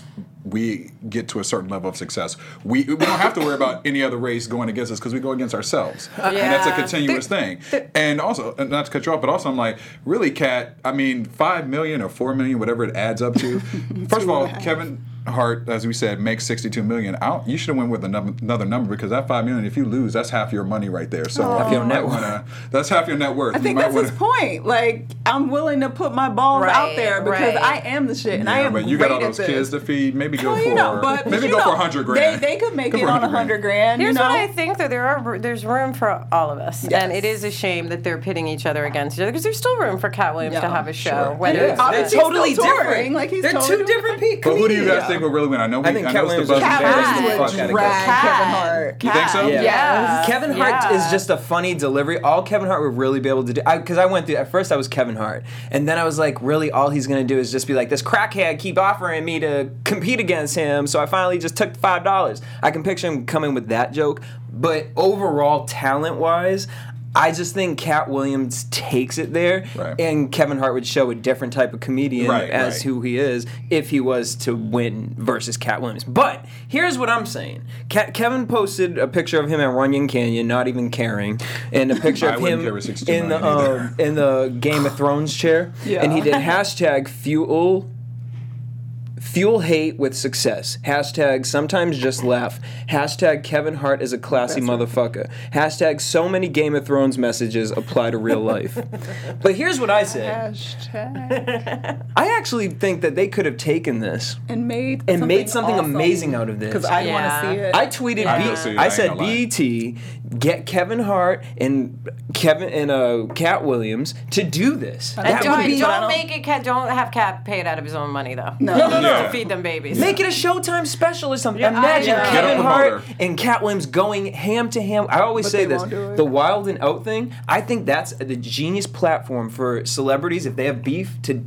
[SPEAKER 1] we get to a certain level of success. We we don't have to worry about any other race going against us because we go against ourselves, and that's a
[SPEAKER 4] Yeah.
[SPEAKER 1] continuous thing. and also, and not to cut you off, but also I'm like, really, Kat. I mean, five million or four million, whatever it adds up to. First of all, Kevin. Hart, as we said, makes sixty-two million. I don't, you should have went with another, another number because that five million. If you lose, that's half your money right there. So
[SPEAKER 3] Half your
[SPEAKER 1] you might
[SPEAKER 3] net worth.
[SPEAKER 1] wanna- That's half your net worth.
[SPEAKER 5] I think that's his point. Like, I'm willing to put my balls
[SPEAKER 4] Right,
[SPEAKER 5] out there because
[SPEAKER 4] right.
[SPEAKER 5] I am the shit and I
[SPEAKER 1] Yeah,
[SPEAKER 5] am
[SPEAKER 1] but you
[SPEAKER 5] great
[SPEAKER 1] got all
[SPEAKER 5] at
[SPEAKER 1] those
[SPEAKER 5] this.
[SPEAKER 1] kids to feed. Maybe go
[SPEAKER 5] Well,
[SPEAKER 1] for
[SPEAKER 5] you know, but
[SPEAKER 1] maybe
[SPEAKER 5] you
[SPEAKER 1] go
[SPEAKER 5] know,
[SPEAKER 1] for a hundred grand.
[SPEAKER 5] They, they could make
[SPEAKER 1] Go
[SPEAKER 5] it
[SPEAKER 1] for
[SPEAKER 5] on a
[SPEAKER 1] 100 grand.
[SPEAKER 5] hundred grand.
[SPEAKER 4] Here's
[SPEAKER 5] you know?
[SPEAKER 4] what I think, though. There are there's room for all of us, and it is a shame that they're pitting each other against each other because there's still room for Cat Williams to
[SPEAKER 5] Yeah,
[SPEAKER 4] have a show.
[SPEAKER 1] sure.
[SPEAKER 4] Whether
[SPEAKER 5] Yeah.
[SPEAKER 4] it's
[SPEAKER 5] Obviously,
[SPEAKER 4] a-
[SPEAKER 5] he's still touring, like, he's
[SPEAKER 3] They're
[SPEAKER 5] totally
[SPEAKER 3] two different people.
[SPEAKER 1] But who do you guys think will really win? I know. We,
[SPEAKER 3] I think
[SPEAKER 1] I
[SPEAKER 3] Cat
[SPEAKER 1] know it's
[SPEAKER 3] Williams
[SPEAKER 1] the
[SPEAKER 3] would
[SPEAKER 1] buzz and
[SPEAKER 5] Cat
[SPEAKER 1] bears and
[SPEAKER 4] Williams
[SPEAKER 1] the
[SPEAKER 4] would
[SPEAKER 1] fuck outta
[SPEAKER 5] drag
[SPEAKER 1] guys.
[SPEAKER 5] Kevin Hart.
[SPEAKER 1] You think so?
[SPEAKER 3] Yeah.
[SPEAKER 4] Yes.
[SPEAKER 3] Kevin Hart
[SPEAKER 4] Yeah.
[SPEAKER 3] is just a funny delivery. All Kevin Hart would really be able to do, because I, went through. At first, I was Kevin Hart, and then I was like, really, all he's gonna do is just be like, this crackhead keep offering me to compete against him. So I finally just took five dollars. I can picture him coming with that joke, but overall, talent wise. I just think Cat Williams takes it there,
[SPEAKER 1] Right.
[SPEAKER 3] and Kevin Hart would show a different type of comedian
[SPEAKER 1] Right,
[SPEAKER 3] as
[SPEAKER 1] right.
[SPEAKER 3] who he is if he was to win versus Cat Williams. But here's what I'm saying: Cat, Kevin posted a picture of him at Runyon Canyon, not even caring, and a picture
[SPEAKER 1] I
[SPEAKER 3] of
[SPEAKER 1] wouldn't
[SPEAKER 3] him
[SPEAKER 1] care with 62
[SPEAKER 3] in the
[SPEAKER 1] million either.
[SPEAKER 3] um, in the Game of Thrones chair,
[SPEAKER 5] Yeah.
[SPEAKER 3] and he did hashtag fuel. Fuel hate with success. Hashtag sometimes just laugh. Hashtag Kevin Hart is a classy motherfucker. Hashtag so many Game of Thrones messages apply to real life. but here's what I say.
[SPEAKER 5] Hashtag
[SPEAKER 3] I actually think that they could have taken this
[SPEAKER 5] and made
[SPEAKER 3] and made something amazing out of
[SPEAKER 5] because
[SPEAKER 3] this.
[SPEAKER 5] I
[SPEAKER 4] Yeah.
[SPEAKER 5] want to see it.
[SPEAKER 3] I tweeted,
[SPEAKER 1] I
[SPEAKER 3] B-
[SPEAKER 1] will see it, I
[SPEAKER 3] I
[SPEAKER 1] ain't
[SPEAKER 3] said
[SPEAKER 1] gonna lie.
[SPEAKER 3] BET, get Kevin Hart and Kevin and uh, Cat Williams to do this.
[SPEAKER 4] And
[SPEAKER 3] That
[SPEAKER 5] don't-
[SPEAKER 3] would
[SPEAKER 4] don't,
[SPEAKER 3] be
[SPEAKER 5] but I
[SPEAKER 4] don't
[SPEAKER 5] don't-
[SPEAKER 4] make it. Cat, don't have Cat paid out of his own money though.
[SPEAKER 5] No, no,
[SPEAKER 1] no.
[SPEAKER 4] To feed them babies.
[SPEAKER 3] make it a Showtime special or something.
[SPEAKER 4] Yeah,
[SPEAKER 3] Imagine
[SPEAKER 4] yeah. Get
[SPEAKER 1] on
[SPEAKER 3] Kevin
[SPEAKER 1] the
[SPEAKER 3] Hart
[SPEAKER 1] motor.
[SPEAKER 3] and Cat Williams going ham to ham. I always
[SPEAKER 5] But
[SPEAKER 3] say
[SPEAKER 5] they
[SPEAKER 3] this:
[SPEAKER 5] won't do it.
[SPEAKER 3] the wild and out thing. I think that's a, the genius platform for celebrities if they have beef to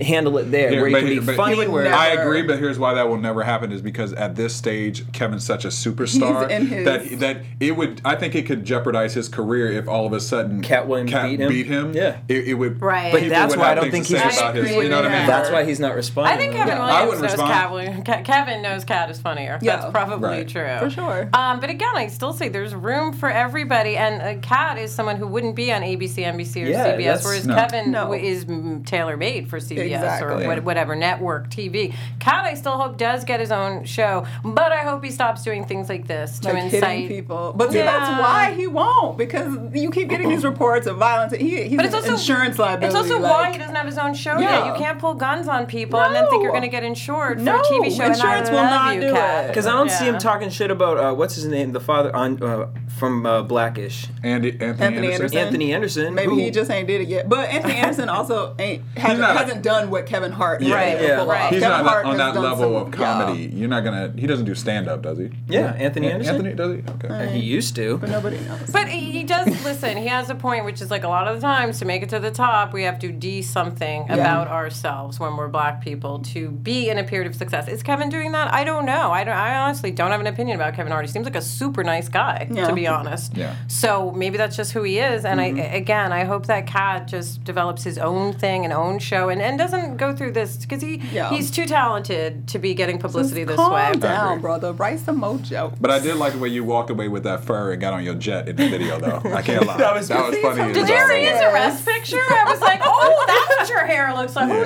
[SPEAKER 3] handle it there,
[SPEAKER 1] Yeah,
[SPEAKER 3] where you
[SPEAKER 1] but
[SPEAKER 3] can
[SPEAKER 1] he-
[SPEAKER 3] be
[SPEAKER 1] but-
[SPEAKER 3] funny.
[SPEAKER 5] would
[SPEAKER 3] Where
[SPEAKER 5] never-
[SPEAKER 1] I agree, but here's why that will never happen is because at this stage, Kevin's such a superstar
[SPEAKER 5] He's in his-
[SPEAKER 1] that that it would. I think it could jeopardize his career if all of a sudden
[SPEAKER 3] Cat Williams beat him? Yeah.
[SPEAKER 1] it, it would.
[SPEAKER 4] Right.
[SPEAKER 3] But
[SPEAKER 1] people
[SPEAKER 3] that's
[SPEAKER 1] would
[SPEAKER 3] why I
[SPEAKER 1] have
[SPEAKER 3] don't
[SPEAKER 1] things
[SPEAKER 3] think
[SPEAKER 1] to
[SPEAKER 3] he's.
[SPEAKER 1] say
[SPEAKER 5] I
[SPEAKER 1] about his.
[SPEAKER 5] agree
[SPEAKER 1] You know what I
[SPEAKER 5] with
[SPEAKER 1] mean?
[SPEAKER 5] that.
[SPEAKER 3] That's why he's not responding.
[SPEAKER 4] I think
[SPEAKER 1] I
[SPEAKER 4] Kevin Williams
[SPEAKER 1] wouldn't
[SPEAKER 4] knows
[SPEAKER 1] respond.
[SPEAKER 4] Cat, Williams, Kevin knows Cat is funnier.
[SPEAKER 5] Yeah.
[SPEAKER 4] That's probably
[SPEAKER 1] Right.
[SPEAKER 4] true.
[SPEAKER 5] For sure.
[SPEAKER 4] Um, but again, I still say there's room for everybody, and uh, Cat is someone who wouldn't be on ABC, NBC, or
[SPEAKER 3] Yeah,
[SPEAKER 4] CBS,
[SPEAKER 3] that's-
[SPEAKER 4] whereas
[SPEAKER 1] No.
[SPEAKER 4] Kevin
[SPEAKER 5] No.
[SPEAKER 4] w- is tailor made for CBS
[SPEAKER 5] Exactly.
[SPEAKER 4] or what, whatever network TV. Cat, I still hope does get his own show, but I hope he stops doing things like this to
[SPEAKER 5] like hitting
[SPEAKER 4] incite
[SPEAKER 5] people, but see,
[SPEAKER 4] Yeah.
[SPEAKER 5] that's why he won't because you keep getting these reports of violence. He, he's
[SPEAKER 4] But it's
[SPEAKER 5] an
[SPEAKER 4] also
[SPEAKER 5] insurance liability.
[SPEAKER 4] It's also
[SPEAKER 5] like,
[SPEAKER 4] why he doesn't have his own show yet.
[SPEAKER 5] Yeah.
[SPEAKER 4] You can't pull guns on people and then think you're going to get insured
[SPEAKER 5] No,
[SPEAKER 4] for a TV show.
[SPEAKER 5] insurance
[SPEAKER 4] and I love
[SPEAKER 5] will not
[SPEAKER 4] you,
[SPEAKER 5] do
[SPEAKER 4] Kat.
[SPEAKER 5] it.
[SPEAKER 3] Because I don't see him
[SPEAKER 4] Yeah.
[SPEAKER 3] talking shit about uh, what's his name, the father on uh, from uh, Blackish,
[SPEAKER 1] Andy, Anthony,
[SPEAKER 5] Anthony
[SPEAKER 1] Anderson.
[SPEAKER 5] Anderson.
[SPEAKER 3] Anthony Anderson.
[SPEAKER 5] Maybe
[SPEAKER 3] who-
[SPEAKER 5] he just ain't did it yet. But Anthony Anderson also ain't hasn't,
[SPEAKER 1] not-
[SPEAKER 5] hasn't done what Kevin Hart
[SPEAKER 1] Yeah.
[SPEAKER 5] right,
[SPEAKER 3] Yeah.
[SPEAKER 4] Right.
[SPEAKER 1] He's
[SPEAKER 5] Kevin
[SPEAKER 1] not
[SPEAKER 5] Hart
[SPEAKER 1] on
[SPEAKER 5] has
[SPEAKER 1] that
[SPEAKER 5] done
[SPEAKER 1] level
[SPEAKER 5] some-
[SPEAKER 1] of comedy. You're not gonna. He doesn't do stand up, does he?
[SPEAKER 3] Yeah, Anthony Anderson.
[SPEAKER 1] Anthony does he? Okay.
[SPEAKER 3] He used to.
[SPEAKER 5] But nobody knows.
[SPEAKER 4] But he does listen. He has a point, which is like a lot of the times to make it to the top, we have to de something about ourselves when we're black people to be in a period of success. Is Kevin doing that? I don't know. I don't. I honestly don't have an opinion about Kevin Hart. He seems like a super nice guy,
[SPEAKER 5] Yeah.
[SPEAKER 4] to be honest.
[SPEAKER 1] Yeah.
[SPEAKER 4] So maybe that's just who he is. And
[SPEAKER 5] Mm-hmm.
[SPEAKER 4] I again, I hope that Cat just develops his own thing, and own show, and, and doesn't go through this because he
[SPEAKER 5] Yeah.
[SPEAKER 4] he's too talented to be getting publicity this
[SPEAKER 5] Calm
[SPEAKER 4] way.
[SPEAKER 5] down,
[SPEAKER 1] agree.
[SPEAKER 5] brother. Write some mojo.
[SPEAKER 1] But I did like the way you walked away with that fur and got on your jet in the video, though. I can't lie.
[SPEAKER 3] That was
[SPEAKER 1] that was funny. as
[SPEAKER 4] Did you
[SPEAKER 1] hell.
[SPEAKER 4] see his arrest picture? I was like, oh, that's what your hair looks like.
[SPEAKER 1] Yeah.
[SPEAKER 4] Who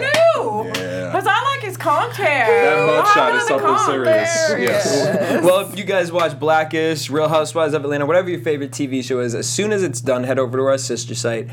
[SPEAKER 4] knew?
[SPEAKER 1] Yeah.
[SPEAKER 4] Because I like his comped hair.
[SPEAKER 1] That
[SPEAKER 4] What
[SPEAKER 1] mugshot
[SPEAKER 4] happened
[SPEAKER 1] is
[SPEAKER 4] to the
[SPEAKER 1] something
[SPEAKER 4] comp?
[SPEAKER 1] serious. Yes.
[SPEAKER 3] Well, if you guys watch Blackish, Real Housewives of Atlanta, whatever your favorite TV show is, as soon as it's done, head over to our sister site,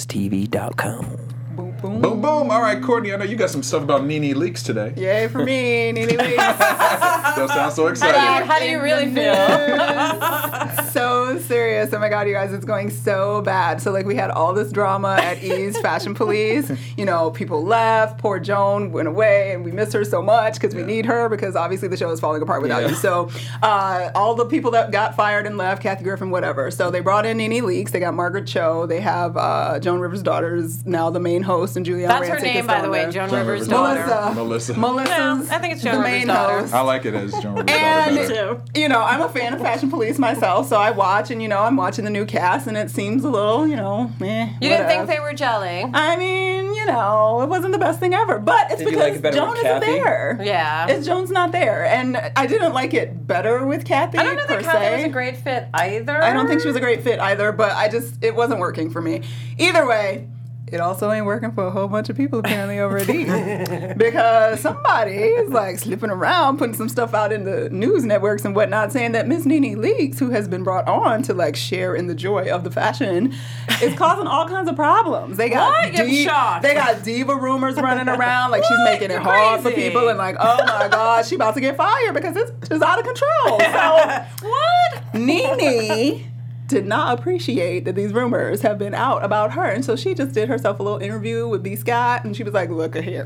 [SPEAKER 3] AfterBuzzTV.com.
[SPEAKER 5] Boom, boom.
[SPEAKER 1] Boom, boom. All right, Courtney. I know you got some stuff about Nene leaks today.
[SPEAKER 5] Yay for me, Nene Leakes.
[SPEAKER 1] That sounds so
[SPEAKER 4] How do
[SPEAKER 1] exciting.
[SPEAKER 4] you, how do you really feel?
[SPEAKER 5] so serious. Oh my god, you guys, it's going so bad. So like we had all this drama at Ease Fashion Police. You know, people left. Poor Joan went away, and we miss her so much because we need her because obviously the show is falling apart without you. So uh, all the people that got fired and left, Kathy Griffin, whatever. So they brought in Nene Leaks. They got Margaret Cho. They have uh, Joan Rivers' daughter is now the main host, and Julianne
[SPEAKER 4] That's
[SPEAKER 5] Rancic
[SPEAKER 4] her
[SPEAKER 5] is
[SPEAKER 4] name,
[SPEAKER 5] still
[SPEAKER 4] by the
[SPEAKER 5] on
[SPEAKER 4] way,
[SPEAKER 5] there.
[SPEAKER 4] Joan
[SPEAKER 1] Joan
[SPEAKER 4] Rivers'
[SPEAKER 1] Rivers'
[SPEAKER 4] daughter.
[SPEAKER 1] Melissa.
[SPEAKER 5] Melissa. Melissa's
[SPEAKER 4] Yeah, I think it's
[SPEAKER 5] the
[SPEAKER 4] Joan Rivers'
[SPEAKER 5] main
[SPEAKER 4] daughter.
[SPEAKER 5] host.
[SPEAKER 1] I like it as Joan Rivers.
[SPEAKER 5] And-
[SPEAKER 1] better.
[SPEAKER 5] you know, I'm a fan of Fashion Police myself, so I watch and you know, I'm watching the new cast and it seems a little, you know, eh.
[SPEAKER 4] You didn't think they were gelling?
[SPEAKER 5] I mean, you know, it wasn't the best thing ever, but it's
[SPEAKER 3] Did you like
[SPEAKER 5] because
[SPEAKER 3] it better
[SPEAKER 5] Joan
[SPEAKER 3] with
[SPEAKER 5] isn't
[SPEAKER 3] Kathy?
[SPEAKER 5] there.
[SPEAKER 4] Yeah.
[SPEAKER 5] It's Joan's not there. And I didn't like it better with Kathy.
[SPEAKER 4] I don't know that
[SPEAKER 5] per
[SPEAKER 4] Kathy was
[SPEAKER 5] se.
[SPEAKER 4] a great fit either.
[SPEAKER 5] I don't think she was a great fit either, but I just it wasn't working for me. Either way, it also ain't working for a whole bunch of people apparently over at E. because somebody is like slipping around, putting some stuff out in the news networks and whatnot, saying that Miss Nene Leakes, who has been brought on to like share in the joy of the fashion, is causing all kinds of problems. They got
[SPEAKER 4] What? I'm
[SPEAKER 5] div-
[SPEAKER 4] shocked.
[SPEAKER 5] they got diva rumors running around, like she's
[SPEAKER 4] What?
[SPEAKER 5] making it
[SPEAKER 4] You're
[SPEAKER 5] hard for
[SPEAKER 4] crazy.
[SPEAKER 5] people, and like, oh my god, she about to get fired because it's, it's out of control. So
[SPEAKER 4] What?
[SPEAKER 5] Nene did not appreciate that these rumors have been out about her, and so she just did herself a little interview with B. Scott, and she was like, "Look at here."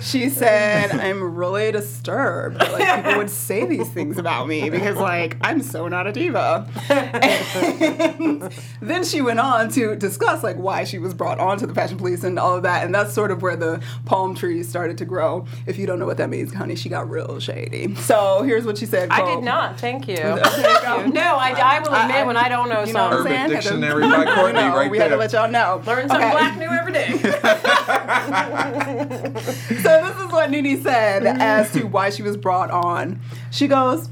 [SPEAKER 5] She said, "I'm really disturbed that like people would say these things about me because like I'm so not a diva." And then she went on to discuss like why she was brought on to the Fashion Police and all of that, and that's sort of where the palm trees started to grow. If you don't know what that means, honey, she got real shady. So here's what she said.
[SPEAKER 4] I
[SPEAKER 5] quote,
[SPEAKER 4] did not. Thank you.
[SPEAKER 5] There you go.
[SPEAKER 4] No, I, I will admit when I don't know
[SPEAKER 5] You know what I'm
[SPEAKER 1] Urban
[SPEAKER 4] something.
[SPEAKER 5] saying? Had to-
[SPEAKER 1] Dictionary by Courtney
[SPEAKER 5] No,
[SPEAKER 1] right
[SPEAKER 5] we had to
[SPEAKER 1] there.
[SPEAKER 5] let y'all know.
[SPEAKER 4] Learn something
[SPEAKER 5] Okay.
[SPEAKER 4] black new every day.
[SPEAKER 5] So this is what Nene said as to why she was brought on. She goes,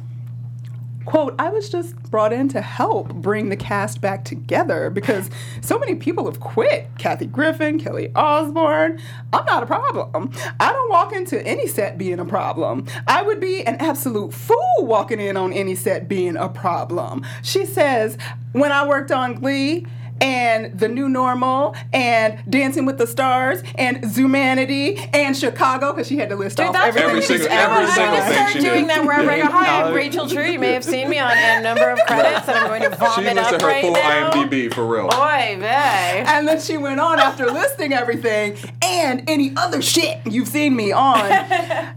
[SPEAKER 5] quote, I was just brought in to help bring the cast back together because so many people have quit. Kathy Griffin, Kelly Osbourne. I'm not a problem. I don't walk into any set being a problem. I would be an absolute fool walking in on any set being a problem. She says, when I worked on Glee, and the new normal, and Dancing with the Stars, and Zumanity, and Chicago, because she had to list
[SPEAKER 4] Dude,
[SPEAKER 5] off
[SPEAKER 4] that's
[SPEAKER 5] everything.
[SPEAKER 1] Every
[SPEAKER 4] really
[SPEAKER 1] single-
[SPEAKER 4] single,
[SPEAKER 1] every
[SPEAKER 4] I'm
[SPEAKER 1] single
[SPEAKER 4] gonna
[SPEAKER 1] thing
[SPEAKER 4] start
[SPEAKER 1] she
[SPEAKER 4] doing
[SPEAKER 1] did.
[SPEAKER 4] that wherever I go. Hi, I'm Rachel True. You may have seen me on a number of credits, and I'm going to
[SPEAKER 1] She
[SPEAKER 4] vomit
[SPEAKER 1] looks
[SPEAKER 4] up
[SPEAKER 1] at her
[SPEAKER 4] right
[SPEAKER 1] full
[SPEAKER 4] now.
[SPEAKER 1] IMDb for real.
[SPEAKER 4] Boy, vey.
[SPEAKER 5] And then she went on after listing everything and any other shit you've seen me on.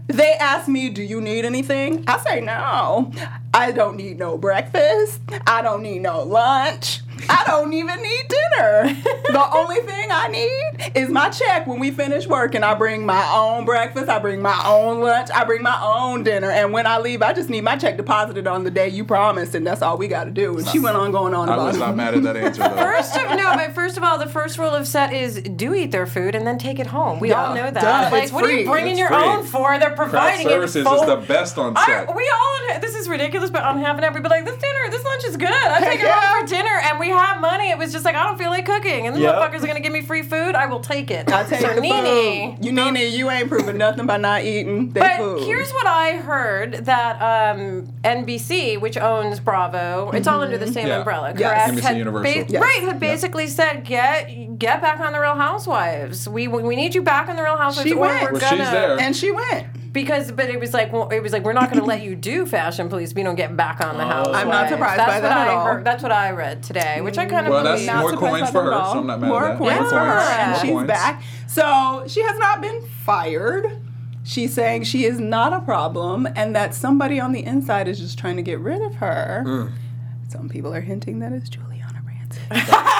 [SPEAKER 5] they asked me, Do you need anything? I say, No. I don't need no breakfast. I don't need no lunch. I don't even need dinner. the only thing I need is my check when we finish work, and I bring my own breakfast, I bring my own lunch, I bring my own dinner, and when I leave, I just need my check deposited on the day you promised, and that's all we got to do. And she went on going on
[SPEAKER 1] I
[SPEAKER 5] about
[SPEAKER 1] was
[SPEAKER 5] it.
[SPEAKER 1] not mad at that answer though.
[SPEAKER 4] First of no, but first of all, the first rule of set is do eat their food and then take it home. We all
[SPEAKER 5] Duh.
[SPEAKER 4] know
[SPEAKER 5] Duh.
[SPEAKER 4] that. Like,
[SPEAKER 5] It's
[SPEAKER 4] what are
[SPEAKER 5] free.
[SPEAKER 4] you bringing
[SPEAKER 1] It's
[SPEAKER 4] your
[SPEAKER 1] free.
[SPEAKER 4] own for? They're
[SPEAKER 1] Craft
[SPEAKER 4] providing it.
[SPEAKER 1] services is
[SPEAKER 4] full-
[SPEAKER 1] the best on
[SPEAKER 4] I,
[SPEAKER 1] set.
[SPEAKER 4] we all this is ridiculous, but I'm having every but like this dinner, this lunch is good. I take it
[SPEAKER 5] yeah.
[SPEAKER 4] home for dinner, and we have money. It was just like I don't feel like cooking, and the
[SPEAKER 3] Yep.
[SPEAKER 4] motherfuckers are gonna give me free food. I will take it.
[SPEAKER 5] I take
[SPEAKER 4] so
[SPEAKER 5] the
[SPEAKER 4] Nene,
[SPEAKER 5] food. You Nene, you ain't proving nothing by not eating they
[SPEAKER 4] But
[SPEAKER 5] food.
[SPEAKER 4] here's what I heard that um, NBC, which owns Bravo, it's all under the same
[SPEAKER 1] Yeah.
[SPEAKER 4] umbrella, correct?
[SPEAKER 5] Mm-hmm. Yes.
[SPEAKER 1] NBC
[SPEAKER 4] Had
[SPEAKER 1] Universal.
[SPEAKER 5] Yes.
[SPEAKER 4] Right, had basically said, get get back on the Real Housewives. We we need you back on the Real Housewives.
[SPEAKER 5] She
[SPEAKER 4] or
[SPEAKER 5] went.
[SPEAKER 4] We're
[SPEAKER 5] Well,
[SPEAKER 1] she's
[SPEAKER 4] gonna,
[SPEAKER 1] there.
[SPEAKER 5] and she went.
[SPEAKER 4] because but it was like well, it was like we're not going to let you do fashion police if you don't get back on the house.
[SPEAKER 5] Oh. I'm not surprised by that at
[SPEAKER 4] I
[SPEAKER 5] all.
[SPEAKER 4] Heard, that's what I read today, which I kind of
[SPEAKER 1] Well, that's
[SPEAKER 4] believe.
[SPEAKER 5] Not
[SPEAKER 1] more
[SPEAKER 5] surprised
[SPEAKER 1] coins
[SPEAKER 5] by
[SPEAKER 1] for
[SPEAKER 5] them
[SPEAKER 1] her,
[SPEAKER 5] all.
[SPEAKER 1] so I'm not mad at
[SPEAKER 5] More
[SPEAKER 1] that.
[SPEAKER 5] coins
[SPEAKER 1] More
[SPEAKER 5] for her,
[SPEAKER 1] coins,
[SPEAKER 5] and
[SPEAKER 1] more
[SPEAKER 5] she's
[SPEAKER 1] coins.
[SPEAKER 5] back. So she has not been fired. She's saying she is not a problem, and that somebody on the inside is just trying to get rid of her.
[SPEAKER 1] Mm.
[SPEAKER 5] Some people are hinting that it's Juliana Rancic.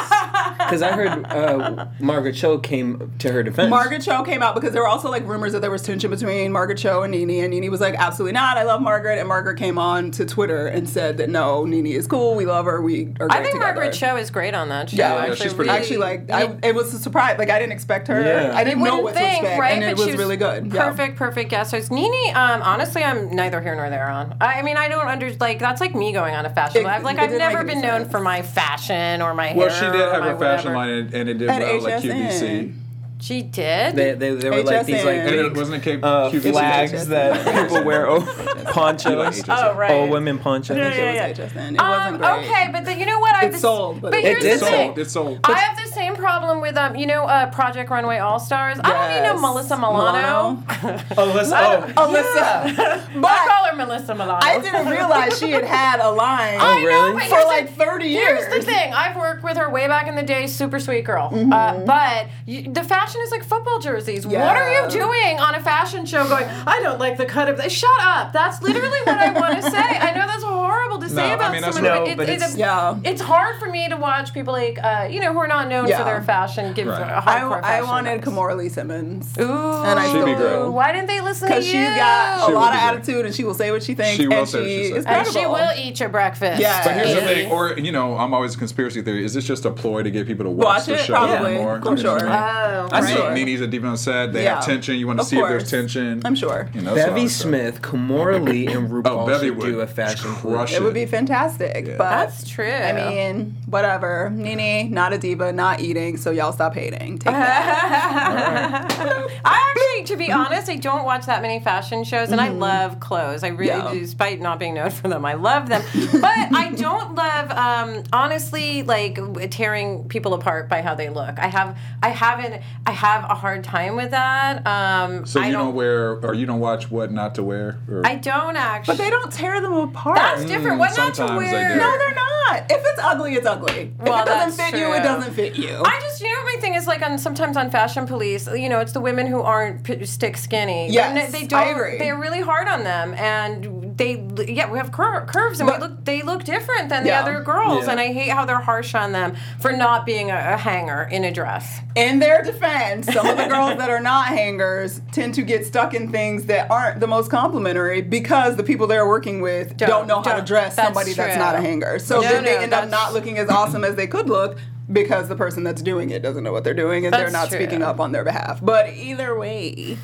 [SPEAKER 3] Because I heard uh, Margaret Cho came to her defense.
[SPEAKER 5] Margaret Cho came out because there were also like rumors that there was tension between Margaret Cho and Nene, and Nene was like, "Absolutely not, I love Margaret." And Margaret came on to Twitter and said that no, Nene is cool, we love her, we are. Great
[SPEAKER 4] I think
[SPEAKER 5] together."
[SPEAKER 4] Margaret Cho is great on that show.
[SPEAKER 5] Yeah, yeah,
[SPEAKER 4] actually,
[SPEAKER 1] she's pretty
[SPEAKER 4] really-
[SPEAKER 5] Actually, like I, it was a surprise. Like I didn't expect her.
[SPEAKER 3] Yeah.
[SPEAKER 5] I didn't know
[SPEAKER 4] wouldn't
[SPEAKER 5] what to
[SPEAKER 4] think,
[SPEAKER 5] expect,
[SPEAKER 4] right?
[SPEAKER 5] and it
[SPEAKER 4] But
[SPEAKER 5] was,
[SPEAKER 4] she
[SPEAKER 5] really good. Yeah.
[SPEAKER 4] Perfect, perfect guest host. Nini, um, honestly, I'm neither here nor there on. I, I mean, I don't under like that's like me going on a fashion.
[SPEAKER 5] It-
[SPEAKER 4] I've like
[SPEAKER 5] it
[SPEAKER 4] I've
[SPEAKER 5] didn't make
[SPEAKER 4] never
[SPEAKER 5] any
[SPEAKER 4] been known
[SPEAKER 5] sense.
[SPEAKER 4] for my fashion or my hair.
[SPEAKER 1] Well, she did
[SPEAKER 4] or
[SPEAKER 1] have
[SPEAKER 4] my
[SPEAKER 1] her fashion line,
[SPEAKER 4] whatever.
[SPEAKER 1] and, and it did
[SPEAKER 5] At
[SPEAKER 1] well, like
[SPEAKER 5] HSN.
[SPEAKER 1] QVC.
[SPEAKER 4] She did.
[SPEAKER 3] They, they, they were like these like
[SPEAKER 1] And
[SPEAKER 5] HSN.
[SPEAKER 1] it
[SPEAKER 3] big
[SPEAKER 1] wasn't it K-
[SPEAKER 3] uh,
[SPEAKER 1] QVC?
[SPEAKER 3] flags that people wear over ponchos.
[SPEAKER 4] oh right.
[SPEAKER 3] All women ponchos.
[SPEAKER 5] I think it was HSN. It
[SPEAKER 4] Um,
[SPEAKER 5] wasn't great.
[SPEAKER 4] okay, but then you know what? I
[SPEAKER 5] It sold, but
[SPEAKER 4] But,
[SPEAKER 5] it-
[SPEAKER 4] here's
[SPEAKER 3] It did
[SPEAKER 4] the
[SPEAKER 1] It's
[SPEAKER 4] thing.
[SPEAKER 1] sold. It's sold.
[SPEAKER 4] I have the same problem with um, you know, uh, Project Runway All Stars. I don't even know
[SPEAKER 5] Yes.
[SPEAKER 4] Melissa Milano.
[SPEAKER 3] Alyssa, oh,
[SPEAKER 5] Alyssa.
[SPEAKER 4] I
[SPEAKER 5] But
[SPEAKER 4] call her Melissa Milano.
[SPEAKER 5] I didn't realize she had had a line
[SPEAKER 4] I know,
[SPEAKER 3] really?
[SPEAKER 4] but
[SPEAKER 5] Oh, for
[SPEAKER 4] Oh, here's the
[SPEAKER 5] like 30 years. Mm-hmm.
[SPEAKER 4] Here's the thing. I've worked with her way back in the day. Super sweet girl. Uh, but you, the fashion is like football jerseys. What are
[SPEAKER 5] Yeah.
[SPEAKER 4] you doing on a fashion show going, I don't like the cut of this? Shut up. That's literally what I want to say. I know that's horrible to
[SPEAKER 1] No,
[SPEAKER 4] say
[SPEAKER 1] I
[SPEAKER 4] about
[SPEAKER 1] mean, that's
[SPEAKER 4] someone,
[SPEAKER 3] what- No, but it's-
[SPEAKER 5] Yeah.
[SPEAKER 4] it's hard for me to watch people like, uh, you know, who are not known
[SPEAKER 5] Yeah.
[SPEAKER 4] for their fashion give
[SPEAKER 1] Right.
[SPEAKER 4] a
[SPEAKER 5] I,
[SPEAKER 4] hardcore
[SPEAKER 5] I
[SPEAKER 4] fashion
[SPEAKER 5] wanted
[SPEAKER 4] advice.
[SPEAKER 5] Kamora Lee Simmons.
[SPEAKER 4] Ooh,
[SPEAKER 5] And I
[SPEAKER 1] She'd be
[SPEAKER 5] still
[SPEAKER 1] great.
[SPEAKER 5] do.
[SPEAKER 4] Why didn't they listen to you?
[SPEAKER 5] Because she got
[SPEAKER 1] She would
[SPEAKER 5] a lot
[SPEAKER 1] be
[SPEAKER 5] of
[SPEAKER 1] great.
[SPEAKER 5] attitude and she will say what she thinks.
[SPEAKER 1] She will
[SPEAKER 5] and
[SPEAKER 1] say what she
[SPEAKER 5] she
[SPEAKER 1] says.
[SPEAKER 5] is
[SPEAKER 4] and she
[SPEAKER 5] credible.
[SPEAKER 4] will eat your breakfast.
[SPEAKER 5] Yes.
[SPEAKER 1] But here's the
[SPEAKER 5] Yeah.
[SPEAKER 1] thing, or you know, I'm always a conspiracy theory. Is this just a ploy to get people to watch,
[SPEAKER 5] Watch
[SPEAKER 1] the
[SPEAKER 5] it,
[SPEAKER 1] show
[SPEAKER 5] probably.
[SPEAKER 1] more?
[SPEAKER 5] I'm sure.
[SPEAKER 4] Oh,
[SPEAKER 1] I see.
[SPEAKER 5] sure.
[SPEAKER 1] Nene's a deep down sad. They have
[SPEAKER 5] Yeah.
[SPEAKER 1] tension. You want to
[SPEAKER 5] Of
[SPEAKER 1] see if there's
[SPEAKER 5] course.
[SPEAKER 1] tension.
[SPEAKER 5] I'm sure.
[SPEAKER 1] You know, so-
[SPEAKER 3] Bevy
[SPEAKER 1] so-
[SPEAKER 3] Smith, Kamora Lee, and RuPaul
[SPEAKER 1] Oh, Bevy
[SPEAKER 3] should
[SPEAKER 1] would
[SPEAKER 3] do a fashion
[SPEAKER 1] crush
[SPEAKER 3] police.
[SPEAKER 5] It would be fantastic. But
[SPEAKER 4] That's true.
[SPEAKER 5] I mean, whatever. Nene, not a diva, not eating, so y'all stop hating. Take that.
[SPEAKER 4] I actually, to be honest, I don't watch that many fashion shows, and I love clothes. I really,
[SPEAKER 5] Yeah.
[SPEAKER 4] do, despite not being known for them, I love them. but I don't love, um, honestly, like tearing people apart by how they look. I have, I haven't, I have a hard time with that. Um,
[SPEAKER 1] So
[SPEAKER 4] I
[SPEAKER 1] you don't, wear, or you don't watch what not to wear. Or,
[SPEAKER 4] I don't actually.
[SPEAKER 5] but they don't tear them apart.
[SPEAKER 4] That's
[SPEAKER 1] Mm.
[SPEAKER 4] different. What not to
[SPEAKER 1] sometimes they
[SPEAKER 4] wear?
[SPEAKER 1] do.
[SPEAKER 5] No, they're not. If it's ugly, it's ugly.
[SPEAKER 4] Well,
[SPEAKER 5] if it doesn't
[SPEAKER 4] that's
[SPEAKER 5] fit you, it
[SPEAKER 4] true.
[SPEAKER 5] doesn't fit you.
[SPEAKER 4] I just, you know, what my thing is like on sometimes on Fashion Police, you know, it's the women who aren't p- stick skinny. They're n-
[SPEAKER 5] Yes,
[SPEAKER 4] they
[SPEAKER 5] I
[SPEAKER 4] don't.
[SPEAKER 5] agree.
[SPEAKER 4] They're really hard on them, and they, yeah, we have cur- curves, and
[SPEAKER 5] But-
[SPEAKER 4] we look, they look different than
[SPEAKER 5] Yeah.
[SPEAKER 4] the other girls,
[SPEAKER 3] Yeah.
[SPEAKER 4] and I hate how they're harsh on them for not being a, a hanger in a dress.
[SPEAKER 5] in their defense, some of the girls that are not hangers tend to get stuck in things that aren't the most complimentary because the people they're working with don't,
[SPEAKER 4] Don't-
[SPEAKER 5] know how to
[SPEAKER 4] don't.
[SPEAKER 5] dress
[SPEAKER 4] That's
[SPEAKER 5] somebody that's
[SPEAKER 4] true.
[SPEAKER 5] not a hanger.
[SPEAKER 4] No,
[SPEAKER 5] So then they
[SPEAKER 4] no,
[SPEAKER 5] end up
[SPEAKER 4] that's-
[SPEAKER 5] not looking as awesome as they could look because the person that's doing it doesn't know what they're doing and they're
[SPEAKER 4] That's
[SPEAKER 5] not
[SPEAKER 4] true.
[SPEAKER 5] speaking up on their behalf. But either way,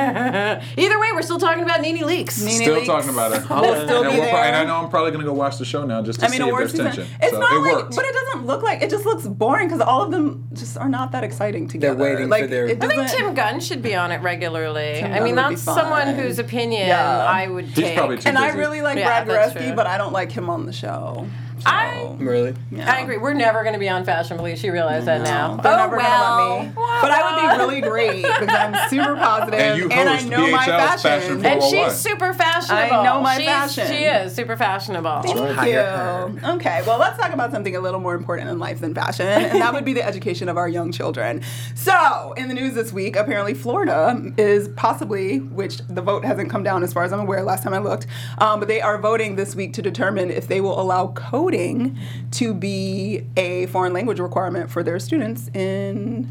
[SPEAKER 4] Either way, we're still talking about Nene Leaks.
[SPEAKER 5] Nene
[SPEAKER 1] still
[SPEAKER 5] Leakes
[SPEAKER 1] talking about it.
[SPEAKER 5] will still
[SPEAKER 1] and,
[SPEAKER 5] be
[SPEAKER 1] we're pro-
[SPEAKER 5] there.
[SPEAKER 1] and I know I'm probably gonna go watch the show now just to
[SPEAKER 5] I mean,
[SPEAKER 1] see if
[SPEAKER 5] award
[SPEAKER 1] there's
[SPEAKER 5] season.
[SPEAKER 1] tension.
[SPEAKER 5] It's
[SPEAKER 1] so
[SPEAKER 5] not
[SPEAKER 1] it
[SPEAKER 5] like,
[SPEAKER 1] worked.
[SPEAKER 5] but it doesn't look like. It just looks boring because all of them just are not that exciting together.
[SPEAKER 3] waiting
[SPEAKER 5] like,
[SPEAKER 3] for their-
[SPEAKER 5] it
[SPEAKER 4] I think
[SPEAKER 5] doesn't-
[SPEAKER 4] Tim Gunn should be on it regularly. I
[SPEAKER 5] Gunn
[SPEAKER 4] mean,
[SPEAKER 5] would be
[SPEAKER 4] that's someone
[SPEAKER 5] fine.
[SPEAKER 4] whose opinion
[SPEAKER 5] Yeah.
[SPEAKER 4] I would
[SPEAKER 1] He's
[SPEAKER 4] take.
[SPEAKER 1] probably too
[SPEAKER 5] And I
[SPEAKER 1] busy.
[SPEAKER 5] really like
[SPEAKER 4] Yeah,
[SPEAKER 5] Brad
[SPEAKER 4] that's
[SPEAKER 5] Goreski,
[SPEAKER 4] true.
[SPEAKER 5] but I don't like him on the show.
[SPEAKER 4] I-
[SPEAKER 5] So,
[SPEAKER 3] Really?
[SPEAKER 5] yeah.
[SPEAKER 4] I agree. We're never going to be on Fashion Police. You realize that now.
[SPEAKER 5] They're
[SPEAKER 4] oh
[SPEAKER 5] never
[SPEAKER 4] well.
[SPEAKER 5] gonna let me.
[SPEAKER 4] Well,
[SPEAKER 5] But I would
[SPEAKER 4] well.
[SPEAKER 5] be really great because I'm super positive
[SPEAKER 1] And
[SPEAKER 5] and,
[SPEAKER 1] you
[SPEAKER 5] I
[SPEAKER 1] host
[SPEAKER 5] know my
[SPEAKER 1] BHL's
[SPEAKER 5] fashion.
[SPEAKER 1] Fashion
[SPEAKER 4] And
[SPEAKER 1] Well, what?
[SPEAKER 4] she's super fashionable.
[SPEAKER 5] I know my
[SPEAKER 4] she's,
[SPEAKER 5] fashion.
[SPEAKER 4] She is super fashionable.
[SPEAKER 5] Thank you. Okay, well, let's talk about something a little more important in life than fashion, and that would be the education of our young children. So, in the news this week, apparently Florida is possibly, which the vote hasn't come down as far as I'm aware last time I looked, um, but they are voting this week to determine if they will allow coding to be a foreign language requirement for their students in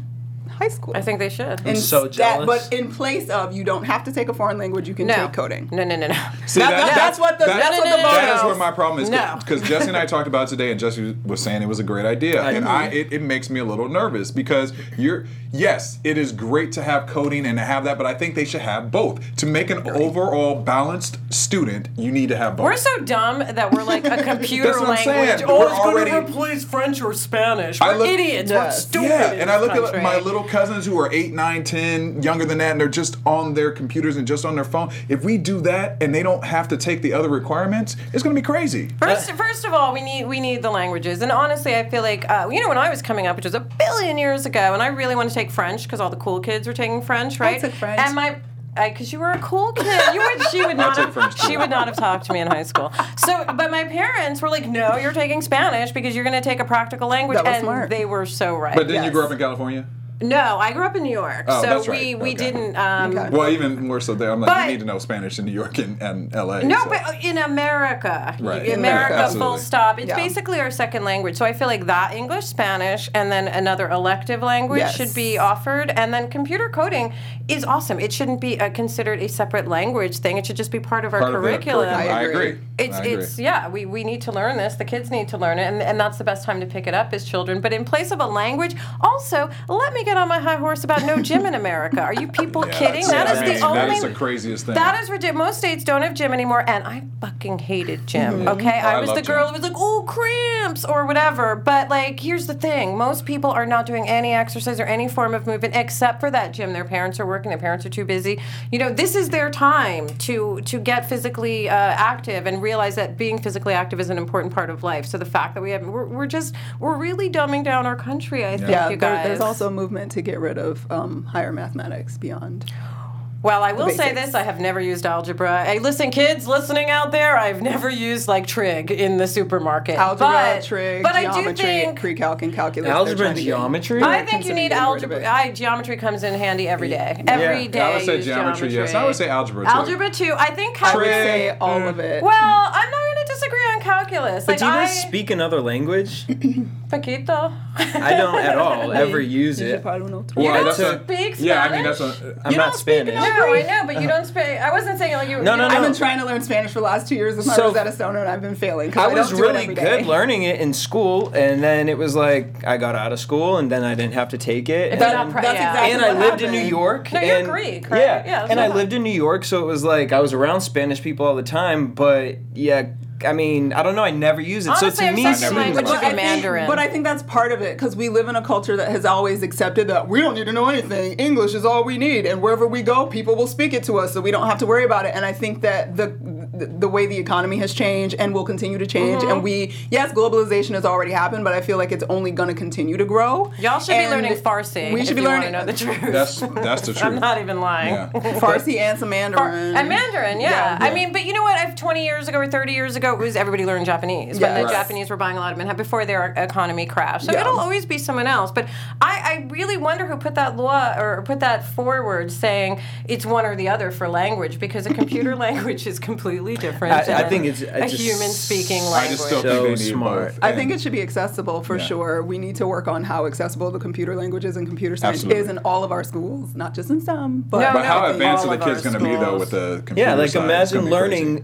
[SPEAKER 5] high school.
[SPEAKER 4] I think they should.
[SPEAKER 5] In
[SPEAKER 3] so
[SPEAKER 5] sta-
[SPEAKER 3] jealous.
[SPEAKER 5] but in place of, you don't have to take a foreign language. You can
[SPEAKER 4] no
[SPEAKER 5] take coding.
[SPEAKER 4] No, no, no, no.
[SPEAKER 1] See,
[SPEAKER 5] That-
[SPEAKER 1] that-
[SPEAKER 5] that- that's what the- that's
[SPEAKER 4] what the
[SPEAKER 1] That
[SPEAKER 4] vote
[SPEAKER 1] is
[SPEAKER 4] is.
[SPEAKER 1] where my problem is
[SPEAKER 4] No.
[SPEAKER 1] because Jesse and I talked about it today, and Jesse was saying it was a great idea, and I it, it makes me a little nervous because you're yes, it is great to have coding and to have that, but I think they should have both to make an overall balanced student. You need to have both.
[SPEAKER 4] We're so dumb that we're like a computer
[SPEAKER 1] That's what I'm saying.
[SPEAKER 4] language.
[SPEAKER 1] We're
[SPEAKER 4] Oh, it's going
[SPEAKER 1] already-
[SPEAKER 4] to replace French or Spanish.
[SPEAKER 1] I
[SPEAKER 4] We're
[SPEAKER 1] look-
[SPEAKER 4] idiots. We're
[SPEAKER 5] Yes.
[SPEAKER 4] stupid.
[SPEAKER 1] yeah,
[SPEAKER 4] in
[SPEAKER 1] and I
[SPEAKER 4] this
[SPEAKER 1] look
[SPEAKER 4] country.
[SPEAKER 1] at my little cousins who are 8, 9, 10, younger than that, and they're just on their computers and just on their phone. If we do that and they don't have to take the other requirements, it's going to be crazy.
[SPEAKER 4] First,
[SPEAKER 5] Uh.
[SPEAKER 4] first of all, we need we need the languages, and honestly, I feel like uh, you know when I was coming up, which was a billion years ago, and I really wanted to take French because all the cool kids were taking French, right?
[SPEAKER 5] took French.
[SPEAKER 4] And my because you were a cool kid. You would. She would not
[SPEAKER 1] took
[SPEAKER 4] have.
[SPEAKER 1] French, too.
[SPEAKER 4] She would not have talked to me in high school. So, but my parents were like, "No, you're taking Spanish because you're going to take a practical language,"
[SPEAKER 5] That was
[SPEAKER 4] and
[SPEAKER 5] smart.
[SPEAKER 4] they were so right.
[SPEAKER 1] But then you
[SPEAKER 5] Yes.
[SPEAKER 1] grew up in California.
[SPEAKER 4] no, I grew up in New York,
[SPEAKER 1] Oh,
[SPEAKER 4] so
[SPEAKER 1] that's
[SPEAKER 4] we
[SPEAKER 1] right.
[SPEAKER 4] we
[SPEAKER 1] Okay.
[SPEAKER 4] didn't. Um,
[SPEAKER 5] Okay.
[SPEAKER 1] Well, even more so there. I'm like,
[SPEAKER 4] But-
[SPEAKER 1] you need to know Spanish in New York and, and LA.
[SPEAKER 4] No,
[SPEAKER 1] so.
[SPEAKER 4] but uh, in America,
[SPEAKER 1] Right.
[SPEAKER 4] You-
[SPEAKER 1] In
[SPEAKER 4] America,
[SPEAKER 5] America,
[SPEAKER 4] full
[SPEAKER 1] absolutely.
[SPEAKER 4] stop. It's
[SPEAKER 5] Yeah.
[SPEAKER 4] basically our second language. So I feel like that English, Spanish, and then another elective language
[SPEAKER 5] Yes.
[SPEAKER 4] should be offered. And then computer coding is awesome. It shouldn't be uh considered a separate language thing. It should just be part of our
[SPEAKER 1] Part of the
[SPEAKER 4] curriculum.
[SPEAKER 1] curriculum. I
[SPEAKER 5] agree.
[SPEAKER 1] agree.
[SPEAKER 4] It's,
[SPEAKER 1] I agree.
[SPEAKER 4] it's yeah we, we need to learn this the kids need to learn it and, and that's the best time to pick it up is children but in place of a language also let me get on my high horse about no gym in america are you people
[SPEAKER 1] Yeah,
[SPEAKER 4] kidding
[SPEAKER 1] that's-
[SPEAKER 4] that is
[SPEAKER 1] I mean,
[SPEAKER 4] the only
[SPEAKER 1] That is the craziest thing.
[SPEAKER 4] that is ridiculous. Most states don't have gym anymore, and I fucking hated gym. Okay, I,
[SPEAKER 1] I
[SPEAKER 4] was
[SPEAKER 1] love
[SPEAKER 4] the girl
[SPEAKER 1] gym.
[SPEAKER 4] who was like, "Oh, cramps" or whatever. But like, here's the thing: most people are not doing any exercise or any form of movement except for that gym. Their parents are working. Their parents are too busy. You know, this is their time to to get physically uh, active and realize that being physically active is an important part of life. So the fact that we have, we're, we're just, we're really dumbing down our country. I think
[SPEAKER 5] Yeah,
[SPEAKER 4] you
[SPEAKER 5] there-
[SPEAKER 4] guys.
[SPEAKER 5] there's also a movement to get rid of um, higher mathematics beyond.
[SPEAKER 4] Well, I will say
[SPEAKER 5] basics.
[SPEAKER 4] this: I have never used algebra. Hey, listen, kids listening out there, I've never used like trig in the supermarket.
[SPEAKER 5] Algebra,
[SPEAKER 4] but,
[SPEAKER 5] trig,
[SPEAKER 4] but I do
[SPEAKER 5] geometry,
[SPEAKER 4] think
[SPEAKER 5] pre-calc, and calculus. they're
[SPEAKER 3] Algebra
[SPEAKER 5] trying
[SPEAKER 3] and
[SPEAKER 5] to get-
[SPEAKER 3] geometry.
[SPEAKER 4] I think you
[SPEAKER 5] consider
[SPEAKER 4] need
[SPEAKER 5] getting rid of
[SPEAKER 4] algebra.
[SPEAKER 5] it.
[SPEAKER 4] I, geometry comes in handy every day. Every day.
[SPEAKER 1] I would say
[SPEAKER 4] use
[SPEAKER 1] geometry, yes. I would say algebra, too.
[SPEAKER 4] Algebra too. I think
[SPEAKER 5] I would
[SPEAKER 4] calculus.
[SPEAKER 5] say
[SPEAKER 1] Trig.
[SPEAKER 5] all of it.
[SPEAKER 4] Well, I'm not going to disagree on calculus.
[SPEAKER 3] But
[SPEAKER 4] like
[SPEAKER 3] do you guys
[SPEAKER 4] I,
[SPEAKER 3] speak another language?
[SPEAKER 4] Paquito.
[SPEAKER 3] I don't at all ever use
[SPEAKER 5] You should
[SPEAKER 3] it.
[SPEAKER 5] probably don't know.
[SPEAKER 1] Well,
[SPEAKER 4] don't
[SPEAKER 1] that's a-
[SPEAKER 4] speak
[SPEAKER 1] Yeah, I mean, that's
[SPEAKER 4] Spanish?
[SPEAKER 1] a.
[SPEAKER 3] I'm not Spanish.
[SPEAKER 4] No, I know, but you don't speak. I wasn't saying like you.
[SPEAKER 3] No, no,
[SPEAKER 4] you-
[SPEAKER 3] no.
[SPEAKER 5] I've been trying to learn Spanish for the last two years with my
[SPEAKER 3] So-
[SPEAKER 5] Rosetta Stone, and I've been failing. 'cause
[SPEAKER 3] I
[SPEAKER 5] don't
[SPEAKER 3] was
[SPEAKER 5] do it
[SPEAKER 3] really
[SPEAKER 5] every day.
[SPEAKER 3] good learning it in school, and then it was like I got out of school, and then I didn't have have to take it. And,
[SPEAKER 4] They're not pri-
[SPEAKER 5] That's
[SPEAKER 4] yeah.
[SPEAKER 5] exactly
[SPEAKER 3] and I
[SPEAKER 5] what
[SPEAKER 3] lived in
[SPEAKER 5] happened.
[SPEAKER 3] New York.
[SPEAKER 4] No, you're
[SPEAKER 3] and-
[SPEAKER 4] Greek, right?
[SPEAKER 3] Yeah,
[SPEAKER 4] Yeah, that's
[SPEAKER 3] and
[SPEAKER 4] what
[SPEAKER 3] I
[SPEAKER 4] I-
[SPEAKER 3] lived in New York, so it was like I was around Spanish people all the time. But yeah, I mean, I don't know. I never use it. so
[SPEAKER 4] Honestly,
[SPEAKER 3] to
[SPEAKER 4] our
[SPEAKER 3] me,
[SPEAKER 4] second
[SPEAKER 3] speaking
[SPEAKER 1] language
[SPEAKER 3] about-
[SPEAKER 4] is
[SPEAKER 5] I think-
[SPEAKER 4] Mandarin.
[SPEAKER 5] but I think that's part of it because we live in a culture that has always accepted that we don't need to know anything. English is all we need, and wherever we go, people will speak it to us, so we don't have to worry about it. And I think that the the way the economy has changed and will continue to change,
[SPEAKER 4] Mm-hmm.
[SPEAKER 5] and we yes, globalization has already happened, but I feel like it's only going to continue to grow.
[SPEAKER 4] Y'all should be
[SPEAKER 5] And
[SPEAKER 4] learning Farsi.
[SPEAKER 5] We should
[SPEAKER 4] if
[SPEAKER 5] be
[SPEAKER 4] you
[SPEAKER 5] learning
[SPEAKER 4] want to know the truth.
[SPEAKER 1] That's, that's the truth.
[SPEAKER 4] I'm not even lying.
[SPEAKER 1] Yeah.
[SPEAKER 5] Farsi and some
[SPEAKER 4] Or-
[SPEAKER 5] Mandarin.
[SPEAKER 4] And Mandarin, yeah. I mean, but you know what? I've 20 years ago or 30 years ago, it was everybody learned Japanese when the
[SPEAKER 5] Yes.
[SPEAKER 4] Japanese were buying a lot of Manhattan before their economy crashed. So
[SPEAKER 5] Yeah.
[SPEAKER 4] it'll always be someone else. But I, I really wonder who put that law or put that forward saying it's one or the other for language because a computer language is completely different.
[SPEAKER 3] I- I
[SPEAKER 4] than
[SPEAKER 3] think it's-
[SPEAKER 4] a
[SPEAKER 3] I just-
[SPEAKER 4] human speaking
[SPEAKER 1] I
[SPEAKER 4] language.
[SPEAKER 1] just still
[SPEAKER 3] So
[SPEAKER 1] think they need
[SPEAKER 3] smart.
[SPEAKER 1] both.
[SPEAKER 5] I
[SPEAKER 1] And-
[SPEAKER 5] think it should be accessible for
[SPEAKER 1] Yeah.
[SPEAKER 5] sure. We need to work on how accessible the computer languages and computer science
[SPEAKER 1] Absolutely.
[SPEAKER 5] is in all of our schools, not just in some. But
[SPEAKER 4] No,
[SPEAKER 1] But
[SPEAKER 4] no.
[SPEAKER 1] how
[SPEAKER 4] I think
[SPEAKER 1] advanced
[SPEAKER 4] all
[SPEAKER 1] are the
[SPEAKER 4] of
[SPEAKER 1] kids
[SPEAKER 4] our
[SPEAKER 1] going to be though
[SPEAKER 4] schools-
[SPEAKER 1] with the computer?
[SPEAKER 3] Yeah, like
[SPEAKER 1] side? It's gonna
[SPEAKER 3] imagine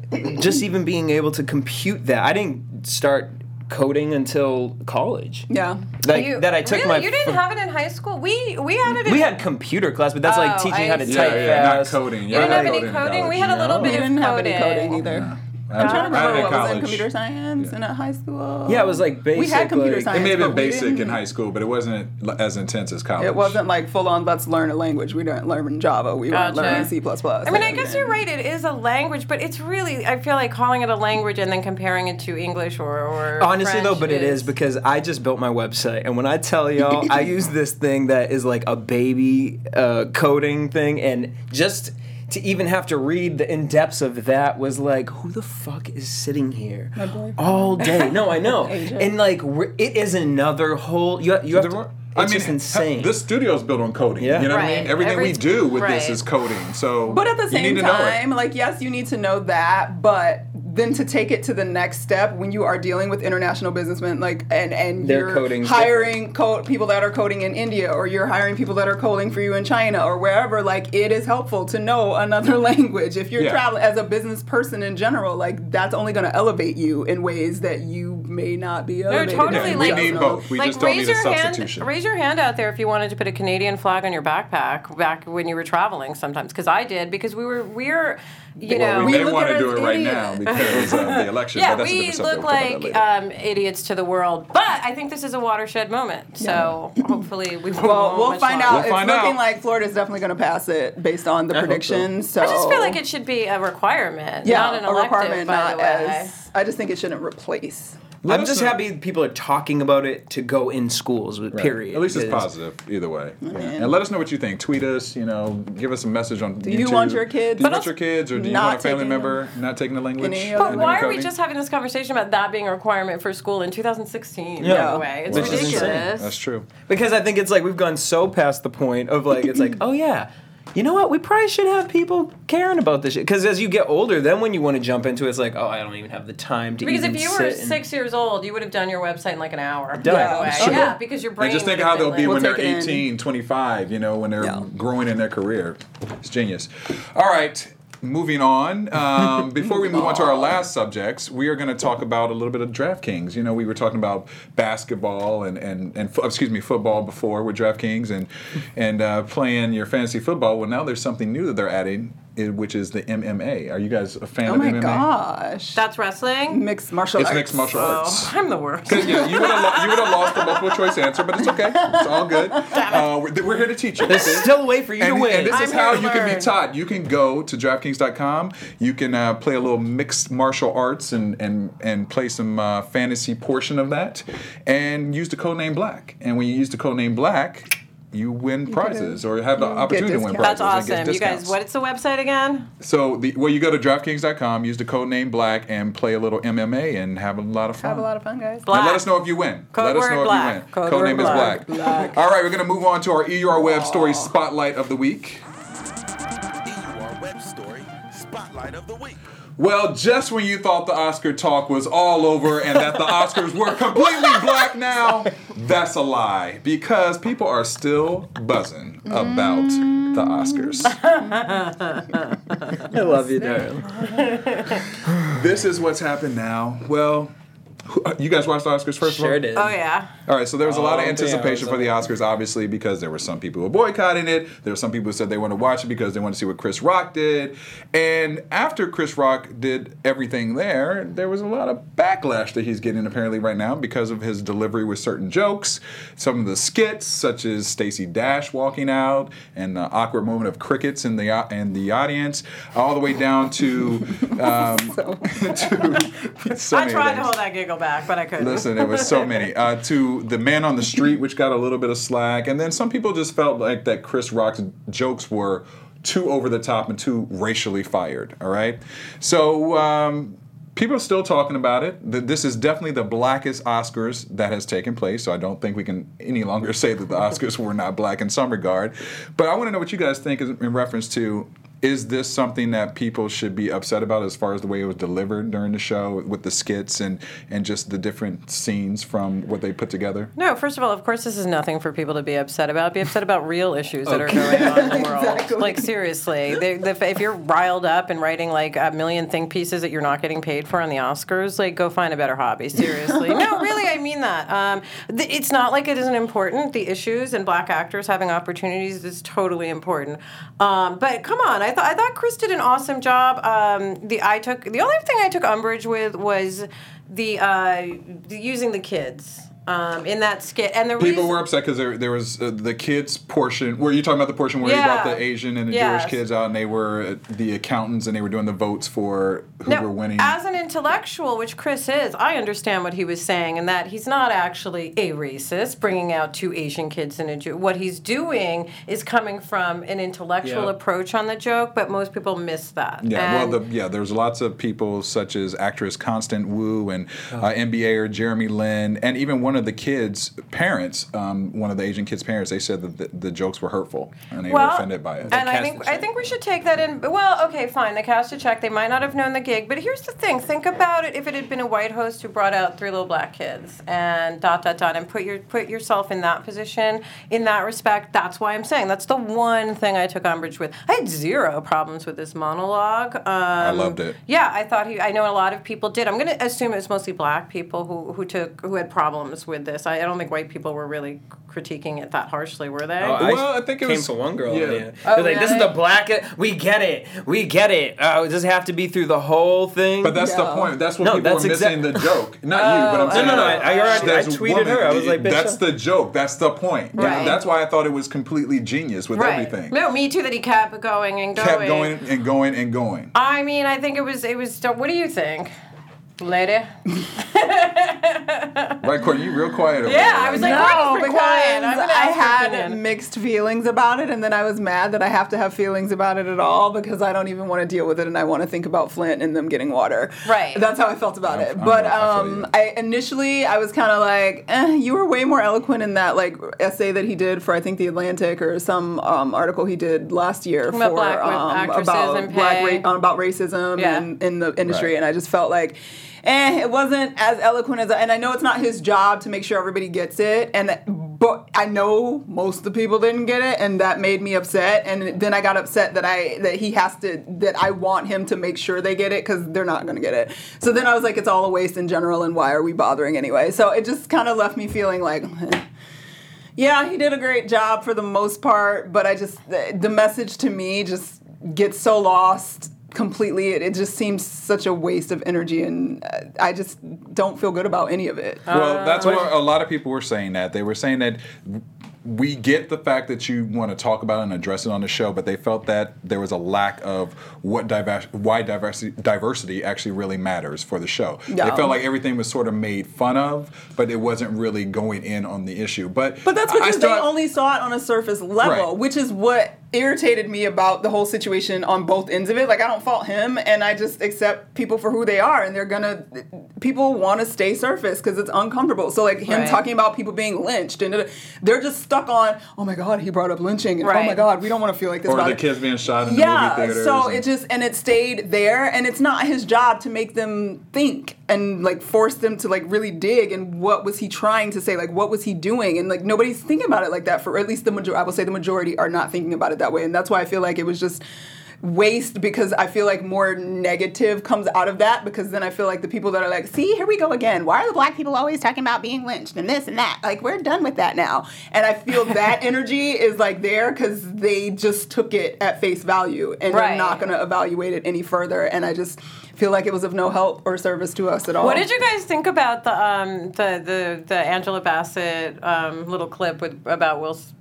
[SPEAKER 1] be crazy.
[SPEAKER 3] learning, just even being able to compute that. I didn't start coding until college.
[SPEAKER 5] yeah,
[SPEAKER 3] Like
[SPEAKER 4] You-
[SPEAKER 3] that, I took
[SPEAKER 4] really?
[SPEAKER 3] my.
[SPEAKER 4] You didn't
[SPEAKER 3] fir-
[SPEAKER 4] have it in high school. We we had it. In,
[SPEAKER 3] we had computer class, but that's
[SPEAKER 4] Oh,
[SPEAKER 3] like teaching
[SPEAKER 4] I
[SPEAKER 3] how to
[SPEAKER 4] see.
[SPEAKER 3] type
[SPEAKER 1] Yeah, yeah, not
[SPEAKER 3] fast.
[SPEAKER 1] coding.
[SPEAKER 4] You
[SPEAKER 1] Yeah,
[SPEAKER 4] didn't
[SPEAKER 1] I
[SPEAKER 4] have
[SPEAKER 1] had
[SPEAKER 4] any
[SPEAKER 1] in
[SPEAKER 4] coding. We
[SPEAKER 1] college.
[SPEAKER 4] had a little
[SPEAKER 1] No.
[SPEAKER 5] we
[SPEAKER 4] bit
[SPEAKER 5] didn't
[SPEAKER 4] of
[SPEAKER 5] have any coding
[SPEAKER 4] coding.
[SPEAKER 5] either.
[SPEAKER 1] I'm
[SPEAKER 5] I'm trying to
[SPEAKER 1] I had
[SPEAKER 5] remember what
[SPEAKER 1] in
[SPEAKER 5] was in
[SPEAKER 1] college.
[SPEAKER 5] computer science and at high school.
[SPEAKER 3] Yeah, it was like basic.
[SPEAKER 5] we had computer
[SPEAKER 3] like-
[SPEAKER 5] science.
[SPEAKER 1] It may have been
[SPEAKER 5] but we
[SPEAKER 1] basic in
[SPEAKER 5] didn't-
[SPEAKER 1] high school, but it wasn't l- as intense as college.
[SPEAKER 5] It wasn't like full on. Let's learn a language. We didn't learn Java. We
[SPEAKER 4] Gotcha.
[SPEAKER 5] weren't learning C.
[SPEAKER 4] I mean, I guess you're right. It is a language, but it's really, I feel like calling it a language and then comparing it to English or. or
[SPEAKER 3] Honestly,
[SPEAKER 4] French
[SPEAKER 3] though, but it is because I just built my website, and when I tell y'all, I use this thing that is like a baby uh, coding thing, and just to even have to read the in depths of that was like, who the fuck is sitting here
[SPEAKER 5] boyfriend.
[SPEAKER 3] all day? No, I know,
[SPEAKER 5] Agent.
[SPEAKER 3] and like we're- it is another whole. You, you have
[SPEAKER 1] There
[SPEAKER 3] to,
[SPEAKER 1] were-
[SPEAKER 3] it's
[SPEAKER 1] I mean,
[SPEAKER 3] just insane.
[SPEAKER 1] This studio's built on coding.
[SPEAKER 3] Yeah.
[SPEAKER 1] You know what I
[SPEAKER 4] Right.
[SPEAKER 1] mean? Everything
[SPEAKER 4] Every-
[SPEAKER 1] we do with this
[SPEAKER 4] right.
[SPEAKER 1] is coding. So,
[SPEAKER 5] But at the
[SPEAKER 1] you
[SPEAKER 5] same
[SPEAKER 1] need to know it.
[SPEAKER 5] time, like yes, you need to know that, but then to take it to the next step when you are dealing with international businessmen, like and and
[SPEAKER 3] Their
[SPEAKER 5] you're
[SPEAKER 3] coding's
[SPEAKER 5] hiring co- people that are coding in India, or you're hiring people that are coding for you in China or wherever. Like it is helpful to know another language if you're
[SPEAKER 1] Yeah.
[SPEAKER 5] traveling as a business person in general. Like that's only going to elevate you in ways that you may not be elevated.
[SPEAKER 4] totally,
[SPEAKER 5] if
[SPEAKER 1] Yeah, we
[SPEAKER 5] you
[SPEAKER 4] like-
[SPEAKER 5] don't
[SPEAKER 1] need
[SPEAKER 5] know.
[SPEAKER 1] both. We just don't need a substitution.
[SPEAKER 4] Hand, raise your hand out there if you wanted to put a Canadian flag on your backpack back when you were traveling sometimes, because I did, because we were, we are you
[SPEAKER 1] well,
[SPEAKER 4] know.
[SPEAKER 1] we,
[SPEAKER 5] we
[SPEAKER 1] may
[SPEAKER 5] look
[SPEAKER 1] want
[SPEAKER 5] at
[SPEAKER 1] to
[SPEAKER 5] it
[SPEAKER 1] do
[SPEAKER 5] as
[SPEAKER 1] it right
[SPEAKER 5] idiot.
[SPEAKER 1] now because of the election.
[SPEAKER 4] yeah,
[SPEAKER 1] but that's a
[SPEAKER 4] we
[SPEAKER 1] different subject.
[SPEAKER 4] look
[SPEAKER 1] We'll talk about
[SPEAKER 4] like
[SPEAKER 1] that later.
[SPEAKER 4] um, idiots to the world, but I think this is a watershed moment. So hopefully we will.
[SPEAKER 5] Well, we'll find out.
[SPEAKER 1] We'll
[SPEAKER 5] it's
[SPEAKER 1] find
[SPEAKER 5] looking
[SPEAKER 1] out.
[SPEAKER 5] like Florida's definitely going to pass it based on the
[SPEAKER 3] hope so.
[SPEAKER 5] predictions. So.
[SPEAKER 4] I just feel like it should be a requirement,
[SPEAKER 5] Oh. yeah,
[SPEAKER 4] not an
[SPEAKER 5] a
[SPEAKER 4] elective.
[SPEAKER 5] requirement,
[SPEAKER 4] by
[SPEAKER 5] not
[SPEAKER 4] the way.
[SPEAKER 5] as. I just think it shouldn't replace.
[SPEAKER 1] Let
[SPEAKER 3] I'm
[SPEAKER 1] us
[SPEAKER 3] just
[SPEAKER 1] know.
[SPEAKER 3] happy people are talking about it to go in schools. With Period.
[SPEAKER 1] At least it's
[SPEAKER 3] 'Cause-
[SPEAKER 1] positive either way. Yeah. And let us know what you think. Tweet us. You know, give us a message on. Do
[SPEAKER 5] you want your kids-
[SPEAKER 1] Do you
[SPEAKER 5] But
[SPEAKER 1] want
[SPEAKER 5] also
[SPEAKER 1] your kids, or do you
[SPEAKER 5] not
[SPEAKER 1] want a family
[SPEAKER 5] taking
[SPEAKER 1] member not taking the language?
[SPEAKER 5] Any
[SPEAKER 1] and
[SPEAKER 5] other-
[SPEAKER 1] doing
[SPEAKER 4] But why are we
[SPEAKER 1] coding?
[SPEAKER 4] just having this conversation about that being a requirement for school in 2016?
[SPEAKER 3] Yeah.
[SPEAKER 4] By the way, it's
[SPEAKER 3] Which is insane.
[SPEAKER 4] ridiculous.
[SPEAKER 1] That's true.
[SPEAKER 3] Because I think it's like we've gone so past the point of like it's like oh yeah, you know what? We probably should have people caring about this shit. Because as you get older, then when you want to jump into it, it's like oh I don't even have the time to.
[SPEAKER 4] Because
[SPEAKER 3] even
[SPEAKER 4] if you were
[SPEAKER 3] sit and-
[SPEAKER 4] six years old, you would have done your website in like an hour.
[SPEAKER 3] Done.
[SPEAKER 4] by the way.
[SPEAKER 3] Sure.
[SPEAKER 4] Yeah, because your brain.
[SPEAKER 1] And just think
[SPEAKER 4] would
[SPEAKER 1] of how
[SPEAKER 4] have been
[SPEAKER 1] they'll be when
[SPEAKER 4] like-
[SPEAKER 5] We'll
[SPEAKER 1] they're
[SPEAKER 5] take it in.
[SPEAKER 1] 18, 25, you know, when they're
[SPEAKER 5] Yeah.
[SPEAKER 1] growing in their career. It's genius. All right, moving on. Um, before we move on to our last subjects, we are going to talk about a little bit of DraftKings. You know, we were talking about basketball and, and, and fo- excuse me, football before with DraftKings and, and uh, playing your fantasy football. Well, now there's something new that they're adding, eh, which is the MMA. Are you guys a fan
[SPEAKER 5] Oh
[SPEAKER 1] of
[SPEAKER 5] my
[SPEAKER 1] MMA?
[SPEAKER 5] gosh.
[SPEAKER 4] That's wrestling.
[SPEAKER 5] mixed martial
[SPEAKER 1] It's
[SPEAKER 5] arts.
[SPEAKER 1] mixed martial arts.
[SPEAKER 4] I'm the worst.
[SPEAKER 1] Yeah, you would have lo- you would have lost the multiple choice answer, but it's okay. It's all good. Uh, we're, we're here to teach you.
[SPEAKER 3] There's still a way for you
[SPEAKER 1] And,
[SPEAKER 3] to
[SPEAKER 1] and
[SPEAKER 3] win.
[SPEAKER 1] this is
[SPEAKER 4] I'm
[SPEAKER 1] how
[SPEAKER 4] here to
[SPEAKER 1] you can be
[SPEAKER 4] learn.
[SPEAKER 1] taught. You can go to DraftKings.com. You can uh, play a little mixed martial arts and and and play some uh, fantasy portion of that, and use the code name Black. And when you use the code name Black. You win prizes or have the opportunity to win prizes.
[SPEAKER 4] That's
[SPEAKER 1] and get
[SPEAKER 4] awesome. You guys,
[SPEAKER 1] discounts.
[SPEAKER 4] what is the website again?
[SPEAKER 1] So, the, well, you go to DraftKings.com, use the code name Black, and play a little MMA and have a lot of fun.
[SPEAKER 5] Have a lot of fun, guys.
[SPEAKER 1] Now let
[SPEAKER 4] Black.
[SPEAKER 1] us know if you win.
[SPEAKER 4] Code
[SPEAKER 1] let us
[SPEAKER 4] word
[SPEAKER 1] know if
[SPEAKER 4] black.
[SPEAKER 1] you win.
[SPEAKER 4] Code
[SPEAKER 1] Code
[SPEAKER 4] word
[SPEAKER 1] name is black.
[SPEAKER 4] black.
[SPEAKER 1] All right, we're going to move on to our EUR Web Story Spotlight of the Week.
[SPEAKER 2] EUR E Web Story Spotlight of the Week.
[SPEAKER 1] Well, just when you thought the Oscar talk was all over and that the Oscars were completely black now, that's a lie because people are still buzzing about the Oscars.
[SPEAKER 3] I love you, darling.
[SPEAKER 1] This is what's happened now. Well, who- you guys watched the Oscars first of all?
[SPEAKER 3] Sure did.
[SPEAKER 4] Oh yeah.
[SPEAKER 1] All right, so there was a lot of
[SPEAKER 3] Oh,
[SPEAKER 1] anticipation for the
[SPEAKER 3] damn.
[SPEAKER 1] Oscars, obviously, because there were some people who were boycotting it. There were some people who said they wanted to watch it because they wanted to see what Chris Rock did. And after Chris Rock did everything there, there was a lot of backlash that he's getting apparently right now because of his delivery with certain jokes, some of the skits, such as Stacey Dash walking out and the awkward moment of crickets in the au- in the audience, all the way down to. Um, to so
[SPEAKER 4] I
[SPEAKER 1] many
[SPEAKER 4] tried to
[SPEAKER 1] things.
[SPEAKER 4] hold that giggle back, but I couldn't.
[SPEAKER 1] Listen, it was so many. Uh, to the man on the street, which got a little bit of slack, and then some people just felt like that Chris Rock's jokes were too over the top and too racially fired. All right, so. Um, People are still talking about it. Th- This is definitely the blackest Oscars that has taken place, so I don't think we can any longer say that the Oscars were not black in some regard. But I want to know what you guys think is- in reference to is this something that people should be upset about as far as the way it was delivered during the show with the skits and and just the different scenes from what they put together?
[SPEAKER 4] No, first of all, of course, this is nothing for people to be upset about. Be upset about real issues that are going on in the world.
[SPEAKER 5] Exactly.
[SPEAKER 4] Like seriously, they, the, if you're riled up and writing like a million think pieces that you're not getting paid for on the Oscars, like go find a better hobby. Seriously, no, really, I mean that. Um, th- it's not like it isn't important. The issues and black actors having opportunities is totally important. Um, but come on, I thought I thought Chris did an awesome job. Um, the I took the only thing I took umbrage with was the uh, the- using the kids um, in that skit. And the
[SPEAKER 1] People
[SPEAKER 4] reason-
[SPEAKER 1] were upset because there, there was uh, the kids portion. Were you talking about the portion where
[SPEAKER 4] Yeah.
[SPEAKER 1] you brought the Asian and the
[SPEAKER 4] Yes.
[SPEAKER 1] Jewish kids out, and they were uh, the accountants, and they were doing the votes for who
[SPEAKER 4] No,
[SPEAKER 1] were winning?
[SPEAKER 4] As an intellectual, which Chris is, I understand what he was saying, and that he's not actually a racist, bringing out two Asian kids in a Jew. What he's doing is coming from an intellectual
[SPEAKER 3] Yeah.
[SPEAKER 4] approach on the joke, but most people miss that.
[SPEAKER 1] Yeah, well,
[SPEAKER 4] And-
[SPEAKER 1] the, yeah, there's lots of people such as actress Constant Wu and uh, NBAer Jeremy Lin, and even one of the kids' parents, um, one of the Asian kids' parents, they said that the, the jokes were hurtful and they were offended by it.
[SPEAKER 4] And I
[SPEAKER 3] cast
[SPEAKER 4] think
[SPEAKER 3] a
[SPEAKER 4] I
[SPEAKER 3] check.
[SPEAKER 4] think we should take that in. Well, okay, fine. They cast a check. They might not have known the gig, but here's the thing: think about it. If it had been a white host who brought out three little black kids and dot dot dot, and put your put yourself in that position, in that respect, that's why I'm saying that's the one thing I took umbrage with. I had zero problems with this monologue. Um, I
[SPEAKER 1] loved it.
[SPEAKER 4] Yeah, I thought he. I know a lot of people did. I'm going to assume it was mostly black people who who took who had problems with this. I, I don't think white people were really critiquing it that harshly, were they?
[SPEAKER 3] Oh,
[SPEAKER 1] Well, I think it
[SPEAKER 3] came
[SPEAKER 1] was-
[SPEAKER 3] for one girl.
[SPEAKER 1] yeah.
[SPEAKER 3] Yeah. They're like, this is the
[SPEAKER 4] really?
[SPEAKER 3] black. We get it. We get it. Oh, does it have to be through the whole thing?
[SPEAKER 1] But that's the
[SPEAKER 5] No.
[SPEAKER 1] point. That's what
[SPEAKER 3] No,
[SPEAKER 1] people
[SPEAKER 3] that's
[SPEAKER 1] are missing
[SPEAKER 3] exact-
[SPEAKER 1] the joke. Not you, but I'm saying
[SPEAKER 3] no, no, I- I already- I
[SPEAKER 1] that's
[SPEAKER 3] tweeted her. I was like, bitch,
[SPEAKER 1] that's
[SPEAKER 3] uh,
[SPEAKER 1] the joke. That's the point. That-
[SPEAKER 4] Right.
[SPEAKER 1] That's why I thought it was completely genius with
[SPEAKER 4] Right.
[SPEAKER 1] everything.
[SPEAKER 4] No, me too. That he kept going and going.
[SPEAKER 1] Kept going and going and going.
[SPEAKER 4] I mean, I think it was. It was. What do you think? Lady.
[SPEAKER 1] Right, Courtney, you real quiet over
[SPEAKER 4] Yeah,
[SPEAKER 1] there.
[SPEAKER 4] I was like,
[SPEAKER 5] no,
[SPEAKER 4] Courtney's pretty
[SPEAKER 5] because
[SPEAKER 4] quiet. I'm gonna
[SPEAKER 5] I
[SPEAKER 4] ask her
[SPEAKER 5] had
[SPEAKER 4] opinion.
[SPEAKER 5] mixed feelings about it, and then I was mad that I have to have feelings about it at all because I don't even want to deal with it, and I want to think about Flint and them getting water.
[SPEAKER 4] Right.
[SPEAKER 5] That's how I felt about it.
[SPEAKER 1] I'm
[SPEAKER 5] but
[SPEAKER 1] with- I feel
[SPEAKER 5] um,
[SPEAKER 1] you.
[SPEAKER 5] I initially I was kind of like, eh, you were way more eloquent in that like essay that he did for I think the Atlantic or some um, article he did last year
[SPEAKER 4] About
[SPEAKER 5] for
[SPEAKER 4] black wo-
[SPEAKER 5] um,
[SPEAKER 4] actresses
[SPEAKER 5] about
[SPEAKER 4] and
[SPEAKER 5] black
[SPEAKER 4] pay.
[SPEAKER 5] ra- on about racism
[SPEAKER 4] Yeah.
[SPEAKER 5] and in the industry,
[SPEAKER 1] Right.
[SPEAKER 5] and I just felt like, eh, it wasn't as eloquent as. And I know it's not his job to make sure everybody gets it, and that- but I know most of the people didn't get it, and that made me upset. And then I got upset that I that he has to that I want him to make sure they get it because they're not going to get it. So then I was like, it's all a waste in general, and why are we bothering anyway? So it just kind of left me feeling like. eh. Yeah, he did a great job for the most part, but I just the, the message to me just gets so lost completely. It, it just seems such a waste of energy, and uh, I just don't feel good about any of it.
[SPEAKER 1] Well, that's what a lot of people were saying that. They were saying that we get the fact that you want to talk about it and address it on the show, but they felt that there was a lack of what divers- why diversity diversity actually really matters for the show. They
[SPEAKER 5] Yeah.
[SPEAKER 1] felt like everything was sort of made fun of, but it wasn't really going in on the issue. But
[SPEAKER 5] But that's
[SPEAKER 1] I- I
[SPEAKER 5] because
[SPEAKER 1] still-
[SPEAKER 5] they only saw it on a surface level,
[SPEAKER 1] Right.
[SPEAKER 5] which is what irritated me about the whole situation on both ends of it. Like, I don't fault him, and I just accept people for who they are, and they're gonna. People want to stay surface because it's uncomfortable. So, like him
[SPEAKER 4] Right.
[SPEAKER 5] talking about people being lynched, and uh, they're just stuck on, oh my god, he brought up lynching, and oh my
[SPEAKER 4] Right.
[SPEAKER 5] god, we don't want to feel like this
[SPEAKER 1] or
[SPEAKER 5] about
[SPEAKER 1] the
[SPEAKER 5] it."
[SPEAKER 1] kids being shot in
[SPEAKER 5] yeah,
[SPEAKER 1] the movie theaters.
[SPEAKER 5] so
[SPEAKER 1] and-
[SPEAKER 5] it just and it stayed there, and it's not his job to make them think and like force them to like really dig and what was he trying to say, like what was he doing, and like nobody's thinking about it like that. For or at least the majority, I will say the majority are not thinking about it that way, and that's why I feel like it was just waste because I feel like more negative comes out of that because then I feel like the people that are like, see, here we go again. Why are the black people always talking about being lynched and this and that? Like we're done with that now. And I feel that energy is like there because they just took it at face value and
[SPEAKER 4] Right.
[SPEAKER 5] they're not going to evaluate it any further. And I just feel like it was of no help or service to us at all.
[SPEAKER 4] What did you guys think about the um, the, the the Angela Bassett um, little clip with about Will? S-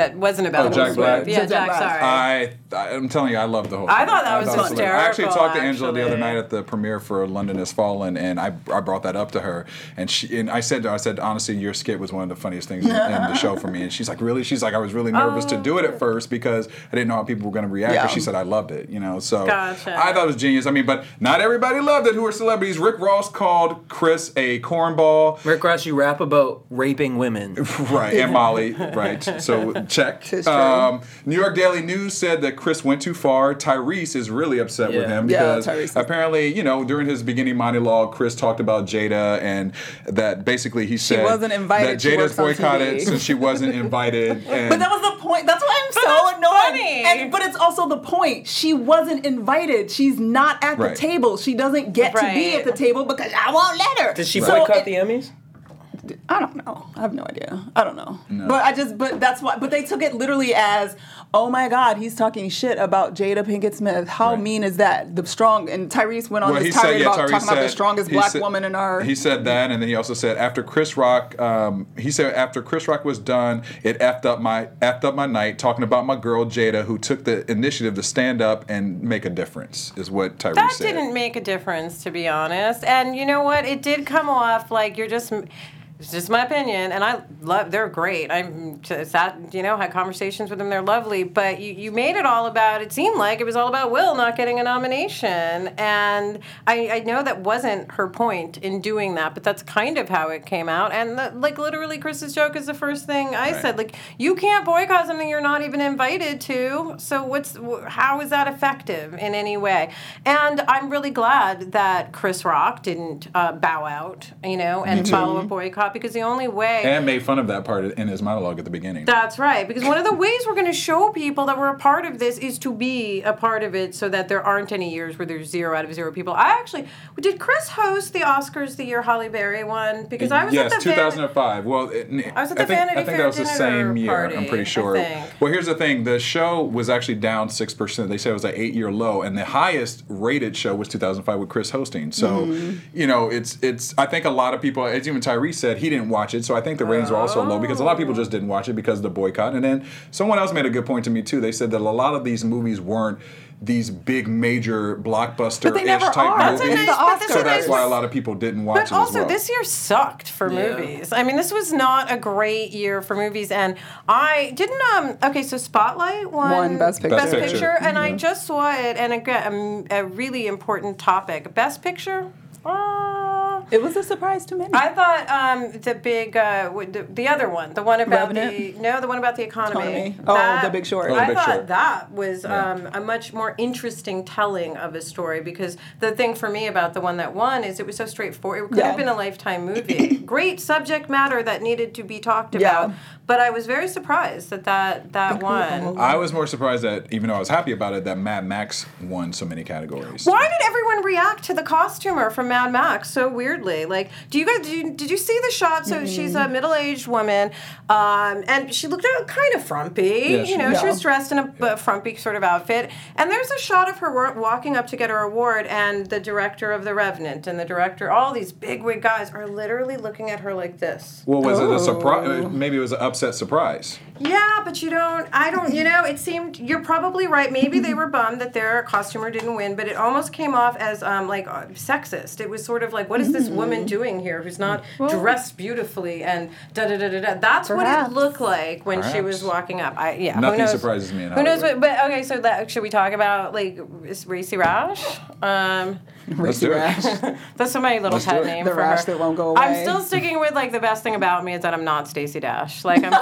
[SPEAKER 4] That wasn't about
[SPEAKER 1] Oh,
[SPEAKER 4] Will
[SPEAKER 1] Jack
[SPEAKER 4] Smith.
[SPEAKER 1] Black.
[SPEAKER 4] Yeah,
[SPEAKER 5] Jack
[SPEAKER 4] Jack.
[SPEAKER 5] Black.
[SPEAKER 4] Sorry.
[SPEAKER 1] I, I I'm telling you, I love the whole.
[SPEAKER 4] I thought that was
[SPEAKER 1] it great. I actually
[SPEAKER 4] hysterical,
[SPEAKER 1] talked to Angela the other
[SPEAKER 4] actually.
[SPEAKER 1] night at the premiere for London Has Fallen, and I, I brought that up to her, and she and I said to her, I said honestly, your skit was one of the funniest things in, in the show for me, and she's like, really? She's like, I was really nervous to do it
[SPEAKER 4] Oh.
[SPEAKER 1] at first because I didn't know how people were going to react,
[SPEAKER 5] Yeah.
[SPEAKER 1] but she said I loved it, you know. So
[SPEAKER 4] Gotcha.
[SPEAKER 1] I thought it was genius. I mean, but not everybody loved it. Who are celebrities? Rick Ross called Chris a cornball,
[SPEAKER 3] Rick Ross, you rap about raping women.
[SPEAKER 1] right? And Molly, right? So check.
[SPEAKER 5] Tis true.
[SPEAKER 1] Um, New York Daily News said that Chris went too far. Tyrese is really upset with
[SPEAKER 3] Yeah.
[SPEAKER 1] him
[SPEAKER 5] Yeah,
[SPEAKER 1] because
[SPEAKER 5] Tyrese is-
[SPEAKER 1] apparently, you know, during his beginning monologue, Chris talked about Jada and that basically he said
[SPEAKER 5] wasn't invited,
[SPEAKER 1] that
[SPEAKER 5] she
[SPEAKER 1] Jada's
[SPEAKER 5] works on
[SPEAKER 1] boycotted
[SPEAKER 5] TV.
[SPEAKER 1] since she wasn't invited. And
[SPEAKER 5] But that was the point. That's why I'm
[SPEAKER 4] But
[SPEAKER 5] so
[SPEAKER 4] that's
[SPEAKER 5] annoyed.
[SPEAKER 4] funny.
[SPEAKER 5] And, but it's also the point. She wasn't invited. She's not at
[SPEAKER 1] Right.
[SPEAKER 5] the table. She doesn't get to be
[SPEAKER 4] Right.
[SPEAKER 5] at the table because I won't let her.
[SPEAKER 3] Did she
[SPEAKER 5] So
[SPEAKER 3] boycott
[SPEAKER 5] it-
[SPEAKER 3] the Emmys?
[SPEAKER 5] I don't know. I have no idea. I don't know. But I just. But that's why. But they took it literally as, oh my God, he's talking shit about Jada Pinkett Smith. How
[SPEAKER 1] Right.
[SPEAKER 5] mean is that? The strong and Tyrese went on
[SPEAKER 1] Well,
[SPEAKER 5] this tirade
[SPEAKER 1] Tyrese
[SPEAKER 5] about talking about the
[SPEAKER 1] said-
[SPEAKER 5] strongest
[SPEAKER 1] he
[SPEAKER 5] black
[SPEAKER 1] said-
[SPEAKER 5] woman in our.
[SPEAKER 1] He said that, and then he also said after Chris Rock, um, he said after Chris Rock was done, it effed up my effed up my night. Talking about my girl Jada, who took the initiative to stand up and make a difference, is what Tyrese
[SPEAKER 4] That
[SPEAKER 1] said.
[SPEAKER 4] didn't make a difference, to be honest. And you know what? It did come off like you're just. It's just my opinion, and I love. They're great. I'm just sat, you know, had conversations with them. They're lovely, but you, you made it all about. It seemed like it was all about Will not getting a nomination, and I, I know that wasn't her point in doing that, but that's kind of how it came out. And the, like literally, Chris's joke is the first thing I
[SPEAKER 1] Right.
[SPEAKER 4] said. Like you can't boycott something you're not even invited to. So what's wh- how is that effective in any way? And I'm really glad that Chris Rock didn't uh, bow out, you know, and follow a boycott because the only way
[SPEAKER 1] and made fun of that part in his monologue at the beginning.
[SPEAKER 4] that's right. Because one of the ways we're going to show people that we're a part of this is to be a part of it so that there aren't any years where there's zero out of zero people. I actually, did Chris host the Oscars the year Holly Berry won? Because I was
[SPEAKER 1] yes,
[SPEAKER 4] at the Van-
[SPEAKER 1] 2005. well, it,
[SPEAKER 4] I was at the
[SPEAKER 1] think,
[SPEAKER 4] Vanity
[SPEAKER 1] I think
[SPEAKER 4] Fair
[SPEAKER 1] that was the
[SPEAKER 4] dinner
[SPEAKER 1] same year.
[SPEAKER 4] party,
[SPEAKER 1] I'm pretty
[SPEAKER 4] I
[SPEAKER 1] sure.
[SPEAKER 4] think.
[SPEAKER 1] Well, here's the thing: the show was actually down six percent. They said it was an eight-year low, and the highest-rated
[SPEAKER 4] Mm-hmm.
[SPEAKER 1] show was 2005 with Chris hosting. So, you know, it's it's. I think a lot of people, as even Tyrese said, that he didn't watch it, so I think the ratings were also low because a lot of people
[SPEAKER 4] Oh.
[SPEAKER 1] just didn't watch it because of the boycott. And then someone else made a good point to me too. They said that a lot of these movies weren't these big major blockbuster
[SPEAKER 5] they never
[SPEAKER 1] ish type
[SPEAKER 5] are.
[SPEAKER 1] movies.
[SPEAKER 5] That's a nice- but
[SPEAKER 4] that's
[SPEAKER 1] so
[SPEAKER 4] a
[SPEAKER 1] that's
[SPEAKER 4] nice-
[SPEAKER 1] why a lot of people didn't watch
[SPEAKER 4] But
[SPEAKER 1] it as
[SPEAKER 4] also,
[SPEAKER 1] well.
[SPEAKER 4] this year sucked for movies. I mean, this was not a great year for movies, and I didn't. Um, okay, so Spotlight won,
[SPEAKER 5] Won Best Picture.
[SPEAKER 4] Best
[SPEAKER 1] Best
[SPEAKER 4] Picture,
[SPEAKER 1] Picture,
[SPEAKER 4] and I just saw it, and again, a, a really important topic. Best Picture. Uh,
[SPEAKER 5] It was a surprise to many.
[SPEAKER 4] I thought um, the big uh, w- the, the other one, the one about the
[SPEAKER 5] Revenant?
[SPEAKER 4] no, the one about the economy.
[SPEAKER 5] Economy. Oh, The Big Short. Oh, The
[SPEAKER 4] I
[SPEAKER 1] Big
[SPEAKER 4] thought
[SPEAKER 1] Short.
[SPEAKER 4] that was um, a much more interesting telling of a story because the thing for me about the one that won is it was so straightforward. It could have
[SPEAKER 5] Yeah.
[SPEAKER 4] been a lifetime movie. Great subject matter that needed to be talked
[SPEAKER 5] Yeah.
[SPEAKER 4] about. But I was very surprised that that that won.
[SPEAKER 1] I was more surprised that, even though I was happy about it, that Mad Max won so many categories.
[SPEAKER 4] Why did everyone react to the costumer from Mad Max so weirdly? Like, do you guys did you, did you see the shot? So she's
[SPEAKER 3] Mm-hmm.
[SPEAKER 4] a middle aged woman, um, and she looked uh, kind of frumpy.
[SPEAKER 3] Yeah, she-
[SPEAKER 4] you know, she
[SPEAKER 5] Yeah.
[SPEAKER 4] was dressed in a b- frumpy sort of outfit. And there's a shot of her wa- walking up to get her award, and the director of The Revenant and the director, all these big wig guys, are literally looking at her like this.
[SPEAKER 1] Well, was it a
[SPEAKER 5] Oh.
[SPEAKER 1] surprise? Maybe it was an upset surprise.
[SPEAKER 4] Yeah, but you don't. I don't. You know, it seemed. You're probably right. Maybe they were bummed that their costumer didn't win, but it almost came off as um, like uh, sexist. It was sort of like, what is this woman doing here? Who's not dressed beautifully and da da da da da. That's what
[SPEAKER 5] Perhaps.
[SPEAKER 4] it looked like when she was
[SPEAKER 1] Perhaps.
[SPEAKER 4] walking up. I yeah.
[SPEAKER 1] Nothing
[SPEAKER 4] who knows?
[SPEAKER 1] surprises me in
[SPEAKER 4] Who knows? What,
[SPEAKER 1] Hollywood.
[SPEAKER 4] but okay, so that, should we talk about like is Racy Rash? Um,
[SPEAKER 1] Let's do it.
[SPEAKER 4] that's my little
[SPEAKER 1] Let's do
[SPEAKER 4] pet
[SPEAKER 1] it.
[SPEAKER 4] name
[SPEAKER 5] The
[SPEAKER 4] for
[SPEAKER 5] rash
[SPEAKER 4] her.
[SPEAKER 5] that won't go
[SPEAKER 4] I'm
[SPEAKER 5] away.
[SPEAKER 4] still sticking with like the best thing about me is that I'm not Stacey Dash. Like I'm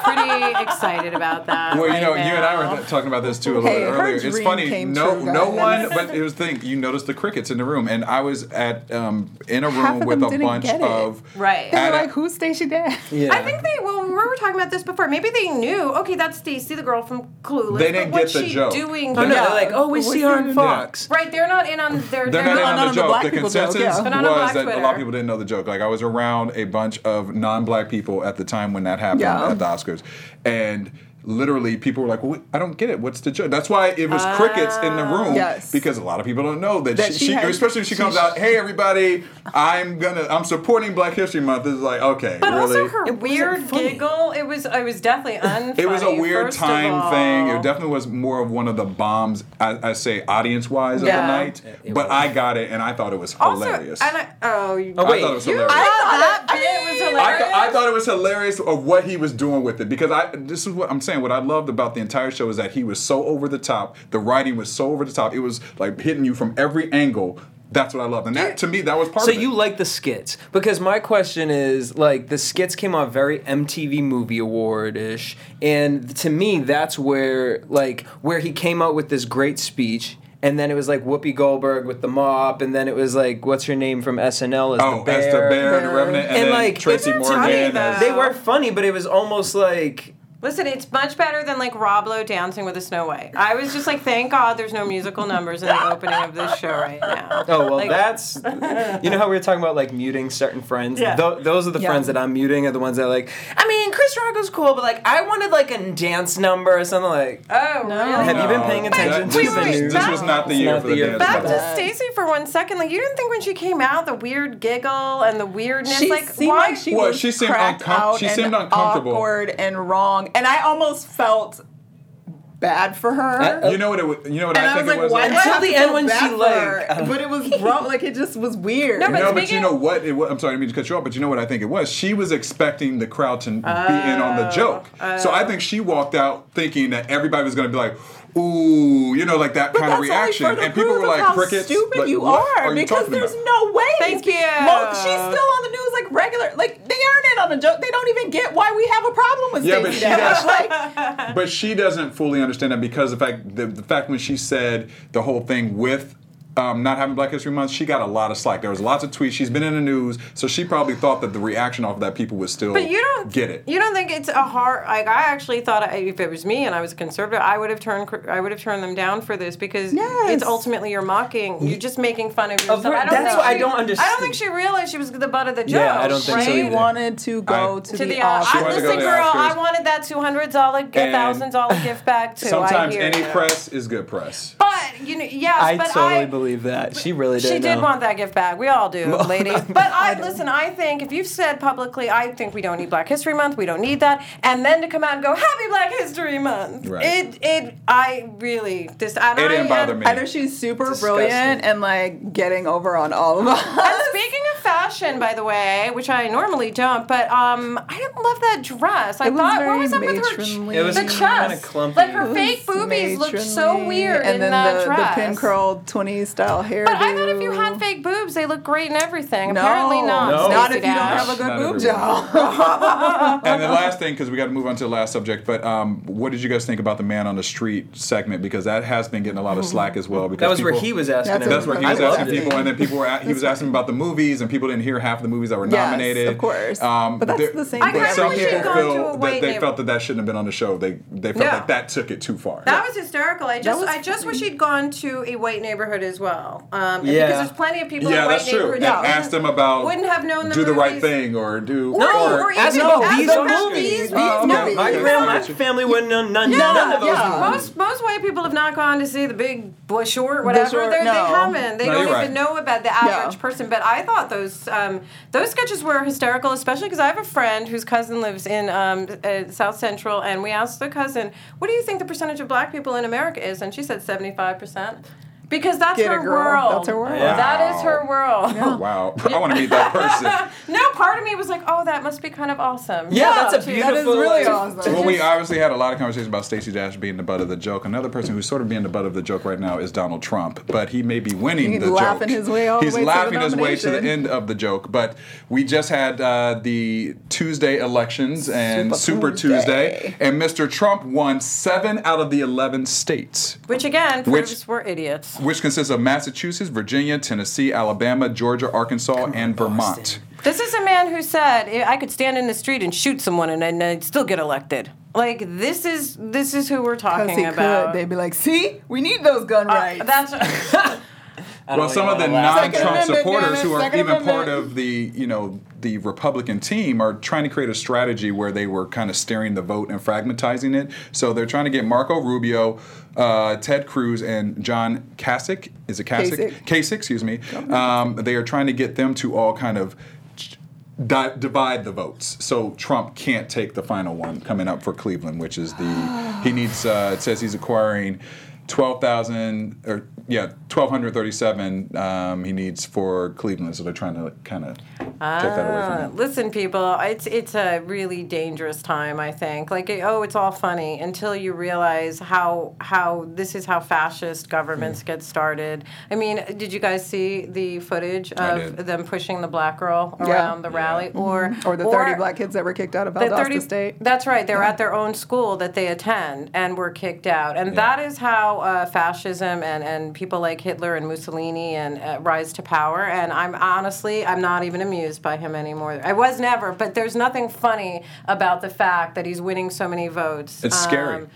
[SPEAKER 4] pretty excited about that.
[SPEAKER 1] Well, you
[SPEAKER 4] right
[SPEAKER 1] know, you and I
[SPEAKER 4] now.
[SPEAKER 1] were th- talking about this too a little
[SPEAKER 5] Hey,
[SPEAKER 1] bit
[SPEAKER 5] her
[SPEAKER 1] earlier. It's
[SPEAKER 5] dream
[SPEAKER 1] funny,
[SPEAKER 5] came
[SPEAKER 1] no,
[SPEAKER 5] true,
[SPEAKER 1] no
[SPEAKER 5] guys.
[SPEAKER 1] one. But it was the thing. You noticed the crickets in the room, and I was at um, in a
[SPEAKER 5] Half
[SPEAKER 1] room
[SPEAKER 5] of
[SPEAKER 1] with
[SPEAKER 5] them
[SPEAKER 1] a
[SPEAKER 5] didn't
[SPEAKER 1] bunch
[SPEAKER 5] get it.
[SPEAKER 1] of
[SPEAKER 4] Right. They were
[SPEAKER 5] They're
[SPEAKER 1] adult-
[SPEAKER 5] like, who's Stacey Dash?
[SPEAKER 3] Yeah.
[SPEAKER 4] I think they well we were talking about this before. Maybe they knew. Okay, that's Stacey, the girl from Clueless.
[SPEAKER 1] They didn't
[SPEAKER 4] but what's
[SPEAKER 1] get the
[SPEAKER 4] she
[SPEAKER 1] joke.
[SPEAKER 4] doing?
[SPEAKER 3] Oh no,
[SPEAKER 4] here?
[SPEAKER 3] they're like, oh, we see her on Fox.
[SPEAKER 4] right. They're not in on their.
[SPEAKER 1] They're not in on
[SPEAKER 5] none
[SPEAKER 1] the
[SPEAKER 5] of the
[SPEAKER 1] joke.
[SPEAKER 5] black
[SPEAKER 1] The
[SPEAKER 5] people joke,
[SPEAKER 1] consensus
[SPEAKER 5] yeah.
[SPEAKER 1] was
[SPEAKER 5] They're
[SPEAKER 4] not on black
[SPEAKER 1] that a lot
[SPEAKER 4] Twitter.
[SPEAKER 1] of people didn't know the joke. Like I was around a bunch of non-black people at the time when that happened
[SPEAKER 5] Yeah.
[SPEAKER 1] at the Oscars, and literally people were like, well, "I don't get it. What's the joke?" That's why it was crickets in the room
[SPEAKER 5] Ah. Yes.
[SPEAKER 1] because a lot of people don't know that,
[SPEAKER 5] That
[SPEAKER 1] she,
[SPEAKER 5] she
[SPEAKER 1] she-
[SPEAKER 5] had-
[SPEAKER 1] especially if she
[SPEAKER 5] she-
[SPEAKER 1] comes out, "Hey everybody, I'm gonna I'm supporting Black History Month." It's like okay,
[SPEAKER 4] But
[SPEAKER 1] really.
[SPEAKER 4] also her weird giggle. It was. I was definitely unfunny.
[SPEAKER 1] It was a weird
[SPEAKER 4] first of all.
[SPEAKER 1] time thing. It definitely was more of one of the bombs, I, I say, audience wise of the
[SPEAKER 5] Yeah.
[SPEAKER 1] night.
[SPEAKER 3] it
[SPEAKER 1] But
[SPEAKER 3] was.
[SPEAKER 1] I got it, and I thought it was
[SPEAKER 4] Also,
[SPEAKER 1] hilarious.
[SPEAKER 4] and I, oh, you-
[SPEAKER 3] Oh,
[SPEAKER 1] I
[SPEAKER 3] wait,
[SPEAKER 1] thought it was
[SPEAKER 3] you-
[SPEAKER 1] hilarious.
[SPEAKER 4] I thought that bit was
[SPEAKER 1] I,
[SPEAKER 4] hilarious.
[SPEAKER 1] th- I thought it was hilarious of what he was doing with it because I this is what I'm saying. What I loved about the entire show is that he was so over the top. The writing was so over the top. It was like hitting you from every angle. That's what I loved, and that to me that was part
[SPEAKER 3] So
[SPEAKER 1] of it.
[SPEAKER 3] you like the skits because my question is like the skits came off very MTV Movie Award ish, and to me that's where like where he came out with this great speech. And then it was like Whoopi Goldberg with the mop, and then it was like what's her name from SNL as
[SPEAKER 1] oh,
[SPEAKER 3] the bear.
[SPEAKER 1] as the bear and the revenant, and,
[SPEAKER 3] And,
[SPEAKER 1] then
[SPEAKER 3] like
[SPEAKER 1] Tracy
[SPEAKER 3] it's-
[SPEAKER 1] Morgan.
[SPEAKER 4] though.
[SPEAKER 1] as-
[SPEAKER 3] They were funny, but it was almost like
[SPEAKER 4] Listen, it's much better than like Roblo dancing with a Snow White. I was just like, thank God there's no musical numbers in the opening of this show right now.
[SPEAKER 3] Oh well,
[SPEAKER 4] Like-
[SPEAKER 3] that's you know how we were talking about like muting certain friends.
[SPEAKER 4] Yeah.
[SPEAKER 3] Tho- those are the
[SPEAKER 5] Yeah.
[SPEAKER 3] friends that I'm muting are the ones that like. I mean, Chris Rock was cool, but like I wanted like a dance number or something like.
[SPEAKER 4] Oh,
[SPEAKER 5] No.
[SPEAKER 4] really?
[SPEAKER 3] Have you been paying
[SPEAKER 1] uh, that-
[SPEAKER 3] attention
[SPEAKER 1] this,
[SPEAKER 4] to the
[SPEAKER 1] this,
[SPEAKER 4] news?
[SPEAKER 1] this was not the year
[SPEAKER 3] Not
[SPEAKER 1] for
[SPEAKER 3] the
[SPEAKER 1] the
[SPEAKER 3] year
[SPEAKER 1] dance.
[SPEAKER 3] for
[SPEAKER 4] Back
[SPEAKER 1] number.
[SPEAKER 4] to Stacey for one second. Like you didn't think when she came out, the weird giggle and the weirdness,
[SPEAKER 5] She
[SPEAKER 4] like
[SPEAKER 5] seemed
[SPEAKER 4] why?
[SPEAKER 5] like she
[SPEAKER 1] Well,
[SPEAKER 5] was
[SPEAKER 1] she seemed
[SPEAKER 5] cracked
[SPEAKER 1] uncom-
[SPEAKER 5] out
[SPEAKER 1] she
[SPEAKER 5] and
[SPEAKER 1] seemed uncomfortable.
[SPEAKER 5] awkward and wrong, and I almost felt bad for her.
[SPEAKER 3] Uh, uh,
[SPEAKER 1] You know what it was? You know what
[SPEAKER 5] and
[SPEAKER 1] I
[SPEAKER 5] I,
[SPEAKER 1] think
[SPEAKER 5] was
[SPEAKER 1] it
[SPEAKER 5] like,
[SPEAKER 1] was.
[SPEAKER 5] why do I
[SPEAKER 3] Until
[SPEAKER 5] have
[SPEAKER 3] the
[SPEAKER 5] to
[SPEAKER 3] end
[SPEAKER 5] feel
[SPEAKER 3] when
[SPEAKER 5] bad
[SPEAKER 3] she,
[SPEAKER 5] for
[SPEAKER 3] like,
[SPEAKER 5] her?
[SPEAKER 3] uh,
[SPEAKER 5] but it was wrong. Like it just was weird.
[SPEAKER 4] No, but
[SPEAKER 1] no, but
[SPEAKER 4] speaking-
[SPEAKER 1] you know what? It was, I'm sorry, I didn't mean to cut you off, but you know what I think it was? She was expecting the crowd to be in
[SPEAKER 5] Oh.
[SPEAKER 1] on the joke. so I think she walked out thinking that everybody was going to be like, ooh, you know, like that kind of
[SPEAKER 5] that's
[SPEAKER 1] reaction.
[SPEAKER 5] Only for the
[SPEAKER 1] and people were
[SPEAKER 5] proof of
[SPEAKER 1] like,
[SPEAKER 5] how
[SPEAKER 1] crickets.
[SPEAKER 5] Stupid
[SPEAKER 1] like,
[SPEAKER 5] you
[SPEAKER 1] what
[SPEAKER 5] are,
[SPEAKER 1] you
[SPEAKER 5] because
[SPEAKER 1] talking
[SPEAKER 5] there's
[SPEAKER 1] about?
[SPEAKER 5] no way.
[SPEAKER 4] Thank
[SPEAKER 5] these-
[SPEAKER 4] you.
[SPEAKER 5] Mo- she's still on the news like regular. Like they aren't in on the joke. They don't even get why we have a problem with
[SPEAKER 1] Yeah, but
[SPEAKER 5] Stacey
[SPEAKER 1] she
[SPEAKER 5] Dash.
[SPEAKER 1] does-
[SPEAKER 5] like,
[SPEAKER 1] But she doesn't fully understand that because the fact the, the fact when she said the whole thing with um, not having Black History Month, she got a lot of slack. There was lots of tweets. She's been in the news, so she probably thought that the reaction off of that people would still
[SPEAKER 4] But you don't
[SPEAKER 1] get it.
[SPEAKER 4] You don't think it's a hard? Like I actually thought I, if it was me and I was a conservative, I would have turned. cr- I would have turned them down for this because
[SPEAKER 5] Yes.
[SPEAKER 4] it's ultimately you're mocking. You're just making fun of yourself.
[SPEAKER 3] her-
[SPEAKER 4] I don't
[SPEAKER 3] that's
[SPEAKER 4] think
[SPEAKER 3] what I
[SPEAKER 4] she-
[SPEAKER 3] don't
[SPEAKER 4] I don't
[SPEAKER 3] understand.
[SPEAKER 4] think she realized she was the butt of the joke.
[SPEAKER 3] Yeah, I don't think
[SPEAKER 4] right?
[SPEAKER 3] so
[SPEAKER 5] she
[SPEAKER 3] either.
[SPEAKER 5] wanted to go
[SPEAKER 1] I-
[SPEAKER 4] To
[SPEAKER 5] to,
[SPEAKER 4] the,
[SPEAKER 5] the
[SPEAKER 4] uh,
[SPEAKER 5] office.
[SPEAKER 1] She
[SPEAKER 4] I,
[SPEAKER 1] wanted to go
[SPEAKER 4] listen,
[SPEAKER 1] to the
[SPEAKER 4] girl, I
[SPEAKER 1] Oscars.
[SPEAKER 4] wanted that two hundred dollar,
[SPEAKER 1] And
[SPEAKER 4] thousand dollar gift back too. I
[SPEAKER 1] Sometimes
[SPEAKER 4] hear
[SPEAKER 1] any
[SPEAKER 4] you.
[SPEAKER 1] press is good press.
[SPEAKER 4] But but you know, yes,
[SPEAKER 3] I
[SPEAKER 4] but
[SPEAKER 3] totally
[SPEAKER 4] I,
[SPEAKER 3] believe that. She really did.
[SPEAKER 4] She did
[SPEAKER 3] know.
[SPEAKER 4] want that gift back. We all do, lady. But I listen. I think if you've said publicly, I think we don't need Black History Month. We don't need that. And then to come out and go Happy Black History Month.
[SPEAKER 1] Right.
[SPEAKER 4] It it I really this. And
[SPEAKER 1] It didn't
[SPEAKER 4] I,
[SPEAKER 1] bother
[SPEAKER 4] and-
[SPEAKER 1] me.
[SPEAKER 5] I know she's super
[SPEAKER 3] Disgusting.
[SPEAKER 5] brilliant and like getting over on all of
[SPEAKER 4] And
[SPEAKER 5] us.
[SPEAKER 4] Uh, speaking of fashion, by the way, which I normally don't, but um, I didn't love that dress. I
[SPEAKER 5] It was
[SPEAKER 4] thought, what
[SPEAKER 5] very
[SPEAKER 4] was up with her? ch-
[SPEAKER 5] matronly.
[SPEAKER 3] It was
[SPEAKER 4] the
[SPEAKER 3] kinda
[SPEAKER 4] chest,
[SPEAKER 3] clumpy.
[SPEAKER 4] like
[SPEAKER 3] It
[SPEAKER 4] her
[SPEAKER 3] was
[SPEAKER 4] fake boobies looked so
[SPEAKER 5] matronly.
[SPEAKER 4] weird
[SPEAKER 5] and
[SPEAKER 4] in
[SPEAKER 5] then
[SPEAKER 4] that
[SPEAKER 5] the,
[SPEAKER 4] dress.
[SPEAKER 5] the pin curled 20s style hair.
[SPEAKER 4] But I thought if you had fake boobs, they look great and everything.
[SPEAKER 5] no,
[SPEAKER 4] Apparently not.
[SPEAKER 3] No.
[SPEAKER 5] Not
[SPEAKER 4] Stacey
[SPEAKER 5] if you don't
[SPEAKER 4] Dash.
[SPEAKER 5] have a
[SPEAKER 1] Not
[SPEAKER 5] good boob
[SPEAKER 1] everyone.
[SPEAKER 5] job.
[SPEAKER 1] and
[SPEAKER 4] Uh-huh.
[SPEAKER 1] the last thing, because we got to move on to the last subject, but um, what did you guys think about the man on the street segment? Because that has been getting a lot of slack as well. Because
[SPEAKER 3] That was where
[SPEAKER 1] people-
[SPEAKER 3] he was asking.
[SPEAKER 5] That's
[SPEAKER 1] That's
[SPEAKER 3] everyone.
[SPEAKER 1] where he
[SPEAKER 5] I
[SPEAKER 1] was
[SPEAKER 3] loved
[SPEAKER 1] asking
[SPEAKER 5] it.
[SPEAKER 1] people, and then people were at, he was asking about the movies, and people didn't hear half of the movies that were
[SPEAKER 5] Yes,
[SPEAKER 1] nominated.
[SPEAKER 5] of course.
[SPEAKER 1] Um,
[SPEAKER 5] But that's
[SPEAKER 1] there-
[SPEAKER 5] the same
[SPEAKER 1] but
[SPEAKER 5] thing. I
[SPEAKER 1] some
[SPEAKER 5] really should
[SPEAKER 1] people
[SPEAKER 5] have
[SPEAKER 4] gone to a
[SPEAKER 1] feel that
[SPEAKER 4] white
[SPEAKER 1] they
[SPEAKER 4] neighbor.
[SPEAKER 1] felt that that shouldn't have been on the show. They they felt
[SPEAKER 4] No.
[SPEAKER 1] like that took it too far.
[SPEAKER 4] That was hysterical. I just
[SPEAKER 5] was
[SPEAKER 4] I just wish he'd gone to a white neighborhood as well. Um, and
[SPEAKER 3] Yeah.
[SPEAKER 4] Because there's plenty of people
[SPEAKER 1] yeah,
[SPEAKER 4] in white
[SPEAKER 1] that's true.
[SPEAKER 4] neighborhoods.
[SPEAKER 1] And
[SPEAKER 4] that wouldn't-
[SPEAKER 1] asked them about
[SPEAKER 4] wouldn't have known the
[SPEAKER 1] do the right
[SPEAKER 4] movies.
[SPEAKER 1] thing or do
[SPEAKER 4] No,
[SPEAKER 1] or, oh,
[SPEAKER 4] or even
[SPEAKER 3] ask about
[SPEAKER 4] ask
[SPEAKER 3] these
[SPEAKER 4] about
[SPEAKER 3] movies.
[SPEAKER 4] these movies.
[SPEAKER 5] Oh, no,
[SPEAKER 4] No,
[SPEAKER 3] My
[SPEAKER 4] no.
[SPEAKER 3] grandma, family went none, none, none of those.
[SPEAKER 5] yeah.
[SPEAKER 3] movies.
[SPEAKER 4] Most most white people have not gone to see the big bush short, whatever.
[SPEAKER 5] Short,
[SPEAKER 4] They're-
[SPEAKER 5] no.
[SPEAKER 4] They haven't. They
[SPEAKER 1] No,
[SPEAKER 4] don't
[SPEAKER 1] you're
[SPEAKER 4] even
[SPEAKER 1] right.
[SPEAKER 4] know about the average person. But I thought those um, those sketches were hysterical, especially because I have a friend whose cousin lives in um, uh, South Central, and we asked the cousin, "What do you think the percentage of black people in America is?" And she said seventy five percent. Because that's
[SPEAKER 5] Get it,
[SPEAKER 4] her
[SPEAKER 5] girl.
[SPEAKER 4] world.
[SPEAKER 5] That's her world.
[SPEAKER 1] Yeah.
[SPEAKER 4] That is her world.
[SPEAKER 1] wow, I want to meet that person.
[SPEAKER 4] no, part of me was like, "Oh, that must be kind of awesome."
[SPEAKER 3] Yeah, that's a
[SPEAKER 4] too.
[SPEAKER 3] beautiful-
[SPEAKER 5] That is really awesome.
[SPEAKER 1] Well, we obviously had a lot of conversations about Stacey Dash being the butt of the joke. Another person who's sort of being the butt of the joke right now is Donald Trump, but he may be winning
[SPEAKER 5] He's
[SPEAKER 1] the joke.
[SPEAKER 5] laughing his way all the
[SPEAKER 1] He's
[SPEAKER 5] way to the
[SPEAKER 1] laughing his way to the
[SPEAKER 5] nomination.
[SPEAKER 1] end of the joke. But we just had uh, the Tuesday elections and Super
[SPEAKER 5] Super
[SPEAKER 1] Tuesday.
[SPEAKER 5] Tuesday.
[SPEAKER 1] and Mr. Trump won seven out of the eleven states.
[SPEAKER 4] Which again proves
[SPEAKER 1] Which-
[SPEAKER 4] we're idiots.
[SPEAKER 1] Which consists of Massachusetts, Virginia, Tennessee, Alabama, Georgia, Arkansas, and Vermont.
[SPEAKER 4] This is a man who said, "I I could stand in the street and shoot someone and, and I'd still get elected." Like this is this is who we're
[SPEAKER 5] Because he
[SPEAKER 4] talking
[SPEAKER 5] could.
[SPEAKER 4] about.
[SPEAKER 5] They'd be like, see, we need those
[SPEAKER 4] Uh,
[SPEAKER 5] gun rights.
[SPEAKER 4] That's
[SPEAKER 1] Well, some of the
[SPEAKER 5] Second
[SPEAKER 1] non-Trump
[SPEAKER 5] Amendment,
[SPEAKER 1] supporters
[SPEAKER 5] damn it,
[SPEAKER 1] who are
[SPEAKER 5] Second
[SPEAKER 1] even part
[SPEAKER 5] Amendment.
[SPEAKER 1] of the, you know, the Republican team are trying to create a strategy where they were kind of steering the vote and fragmentizing it. So they're trying to get Marco Rubio, uh, Ted Cruz, and John Kasich. Is it Kasich?
[SPEAKER 5] Kasich.
[SPEAKER 1] Kasich, excuse me. Um, they are trying to get them to all kind of di- divide the votes. So Trump can't take the final one coming up for Cleveland, which is the he needs. Uh, it says he's acquiring twelve thousand or yeah twelve hundred thirty-seven. Um, he needs for Cleveland, so they're trying to kind of take that away from him.
[SPEAKER 4] uh, listen, people. It's it's a really dangerous time. I think. Like, oh, it's all funny until you realize how how this is how fascist governments
[SPEAKER 5] Hmm.
[SPEAKER 4] get started. I mean, did you guys see the footage
[SPEAKER 1] I
[SPEAKER 4] of
[SPEAKER 1] did.
[SPEAKER 4] them pushing the black girl
[SPEAKER 5] Yeah. Mm-hmm.
[SPEAKER 4] around the rally, or
[SPEAKER 5] or the 30 black kids that were kicked out of
[SPEAKER 4] the
[SPEAKER 5] Valdosta
[SPEAKER 4] 30
[SPEAKER 5] State.
[SPEAKER 4] That's right. They're at their own school that they attend and were kicked out. And that is how uh, fascism and, and people like Hitler and Mussolini and uh, rise to power. And I'm honestly, I'm not even amused by him anymore. I was never, but there's nothing funny about the fact that he's winning so many votes.
[SPEAKER 1] It's scary.
[SPEAKER 4] Um,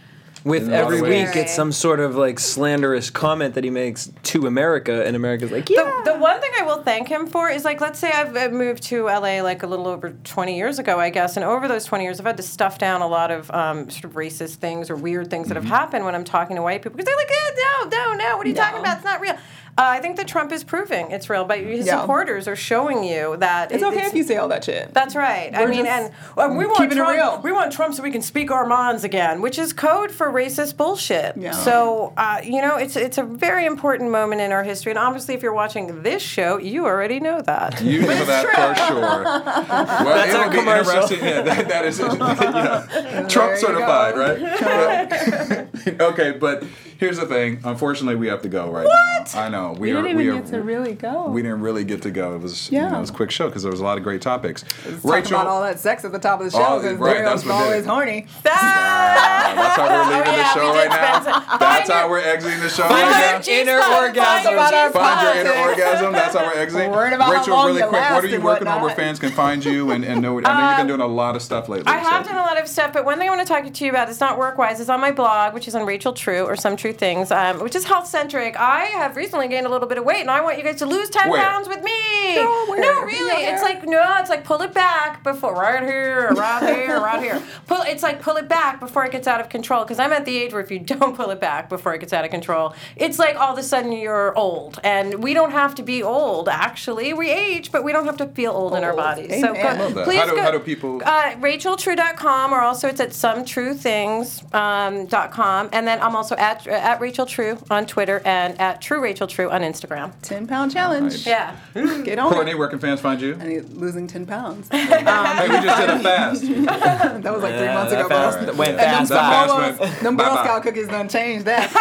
[SPEAKER 3] With
[SPEAKER 1] In a lot of
[SPEAKER 3] every
[SPEAKER 1] ways.
[SPEAKER 3] week, it's some sort of like slanderous comment that he makes to America, and America's like,
[SPEAKER 4] the,
[SPEAKER 3] yeah.
[SPEAKER 4] the one thing I will thank him for is like, let's say I've uh, moved to LA like a little over 20 years ago, I guess, and over those 20 years, I've had to stuff down a lot of um, sort of racist things or weird things that
[SPEAKER 5] Mm-hmm.
[SPEAKER 4] have happened when I'm talking to white people because they're like, eh, no, no, no, what are you talking about? It's not real. Uh, I think that Trump is proving it's real, but his
[SPEAKER 5] Yeah.
[SPEAKER 4] supporters are showing you that
[SPEAKER 5] It's
[SPEAKER 4] it-
[SPEAKER 5] okay if you say all that shit.
[SPEAKER 4] That's right. I
[SPEAKER 5] We're
[SPEAKER 4] mean,
[SPEAKER 5] just
[SPEAKER 4] and uh, we want
[SPEAKER 5] keeping it
[SPEAKER 4] Trump.
[SPEAKER 5] real.
[SPEAKER 4] We want Trump so we can speak our minds again, which is code for racist bullshit.
[SPEAKER 5] Yeah.
[SPEAKER 4] So uh, you know, it's it's a very important moment in our history, and obviously, if you're watching this show, you already know that.
[SPEAKER 1] You know that for sure. Well,
[SPEAKER 3] That's
[SPEAKER 1] it'll
[SPEAKER 3] our
[SPEAKER 1] be
[SPEAKER 3] commercial.
[SPEAKER 1] interesting. Yeah, that, that is it. Yeah. Trump
[SPEAKER 5] you
[SPEAKER 1] certified,
[SPEAKER 5] go.
[SPEAKER 1] right? But- okay, but here's the thing. Unfortunately, we have to go right what? now. I know. We, are. we are,
[SPEAKER 5] really go.
[SPEAKER 1] we didn't really get to go. It was you
[SPEAKER 5] Yeah.
[SPEAKER 1] know, it was a quick show because there was a lot of great topics.
[SPEAKER 5] Talk about all that sex at the top of the
[SPEAKER 1] All-
[SPEAKER 5] show because
[SPEAKER 1] Oh, right,
[SPEAKER 5] right,
[SPEAKER 1] that's what
[SPEAKER 5] always
[SPEAKER 1] they-
[SPEAKER 5] horny.
[SPEAKER 1] Wow, that's how we're
[SPEAKER 5] Oh,
[SPEAKER 1] leaving the
[SPEAKER 4] yeah,
[SPEAKER 1] show
[SPEAKER 4] we
[SPEAKER 1] right
[SPEAKER 4] did
[SPEAKER 1] now.
[SPEAKER 4] spend some-
[SPEAKER 1] That's
[SPEAKER 4] Find
[SPEAKER 1] how
[SPEAKER 4] your-
[SPEAKER 1] we're exiting the show
[SPEAKER 3] Find
[SPEAKER 1] right
[SPEAKER 3] your
[SPEAKER 1] now.
[SPEAKER 3] inner
[SPEAKER 5] Talk about
[SPEAKER 3] orgasm.
[SPEAKER 5] our
[SPEAKER 1] Find your inner
[SPEAKER 5] politics.
[SPEAKER 1] orgasm. That's how we're exiting.
[SPEAKER 5] Worried about how
[SPEAKER 1] Rachel,
[SPEAKER 5] long
[SPEAKER 1] really
[SPEAKER 5] you
[SPEAKER 1] quick, what
[SPEAKER 5] last
[SPEAKER 1] are you
[SPEAKER 5] and
[SPEAKER 1] working on where
[SPEAKER 5] whatnot.
[SPEAKER 1] fans can find you and, and know what? I know you've been doing a lot of stuff lately.
[SPEAKER 4] I have
[SPEAKER 1] so-
[SPEAKER 4] done a lot of stuff, but one thing I want to talk to you about, it's not work wise, it's on my blog, which is on Rachel True or sometrueblog.com. two things, um, which is health centric. I have recently gained a little bit of weight, and I want you guys to lose ten
[SPEAKER 1] Where?
[SPEAKER 4] pounds with me.
[SPEAKER 5] No, where?
[SPEAKER 4] really,
[SPEAKER 5] Where?
[SPEAKER 4] it's like no, it's like pull it back before right here, around here, around here. Pull, it's like pull it back before it gets out of control. Because I'm at the age where if you don't pull it back before it gets out of control, it's like all of a sudden you're old, and we don't have to be old. Actually, we age, but we don't have to feel old, in our
[SPEAKER 5] Old.
[SPEAKER 4] bodies. So
[SPEAKER 5] Amen. I love
[SPEAKER 1] that.
[SPEAKER 4] please
[SPEAKER 1] How do-
[SPEAKER 4] go,
[SPEAKER 1] how do people-
[SPEAKER 4] uh, RachelTrue.com, or also it's at sometruethings.com. Um, .com. and then I'm also at, at Rachel True on Twitter and at True Rachel True on Instagram.
[SPEAKER 5] Ten pound challenge.
[SPEAKER 4] Yeah.
[SPEAKER 5] Get on.
[SPEAKER 1] Courtney,
[SPEAKER 5] it.
[SPEAKER 1] where can fans find you?
[SPEAKER 5] I need- losing ten pounds.
[SPEAKER 1] Hey, we just did a fast.
[SPEAKER 5] that was like three
[SPEAKER 3] Yeah,
[SPEAKER 5] months
[SPEAKER 3] that
[SPEAKER 5] ago.
[SPEAKER 3] fast-
[SPEAKER 5] but-
[SPEAKER 3] that went
[SPEAKER 5] and them
[SPEAKER 3] fast, that
[SPEAKER 5] Girl
[SPEAKER 1] fast
[SPEAKER 5] Scouts-
[SPEAKER 1] went-
[SPEAKER 5] them Girl
[SPEAKER 1] bye-bye.
[SPEAKER 5] Scout cookies done changed that.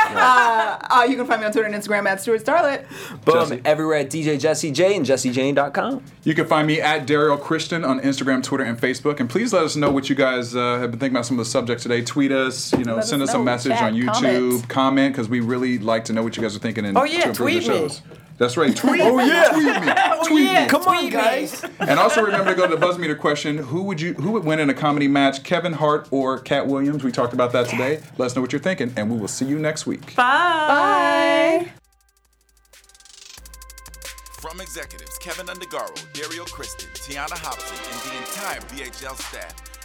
[SPEAKER 5] uh, uh, you can find me on Twitter and Instagram at Stuart Starlet.
[SPEAKER 3] Boom.
[SPEAKER 1] Jesse.
[SPEAKER 3] Everywhere at DJ Jesse J and JesseJane.com.
[SPEAKER 1] You can find me at Daryl Christian on Instagram, Twitter, and Facebook. And please let us know what you guys uh, have been thinking about some of the subjects today. Tweet us, you know,
[SPEAKER 5] Let us
[SPEAKER 1] send us, a
[SPEAKER 5] know.
[SPEAKER 1] message
[SPEAKER 5] Chat,
[SPEAKER 1] on YouTube, comment, because we really like to know what you guys are thinking and
[SPEAKER 4] Oh, yeah,
[SPEAKER 1] to improve
[SPEAKER 4] tweet
[SPEAKER 1] the
[SPEAKER 4] me.
[SPEAKER 1] shows. That's right. Tweet oh,
[SPEAKER 3] yeah.
[SPEAKER 1] tweet me. tweet me.
[SPEAKER 3] Come on,
[SPEAKER 4] Tweet me.
[SPEAKER 3] guys.
[SPEAKER 1] And also remember to go to the buzz meter question. Who would you who would win in a comedy match? Kevin Hart or Cat Williams? We talked about that today. Let us know what you're thinking, and we will see you next week.
[SPEAKER 4] Bye.
[SPEAKER 2] From executives Kevin Undergaro, Dario Kristen, Tiana Hobson, and the entire BHL staff,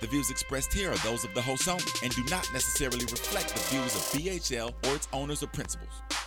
[SPEAKER 2] The views expressed here are those of the host only and do not necessarily reflect the views of BHL or its owners or principals.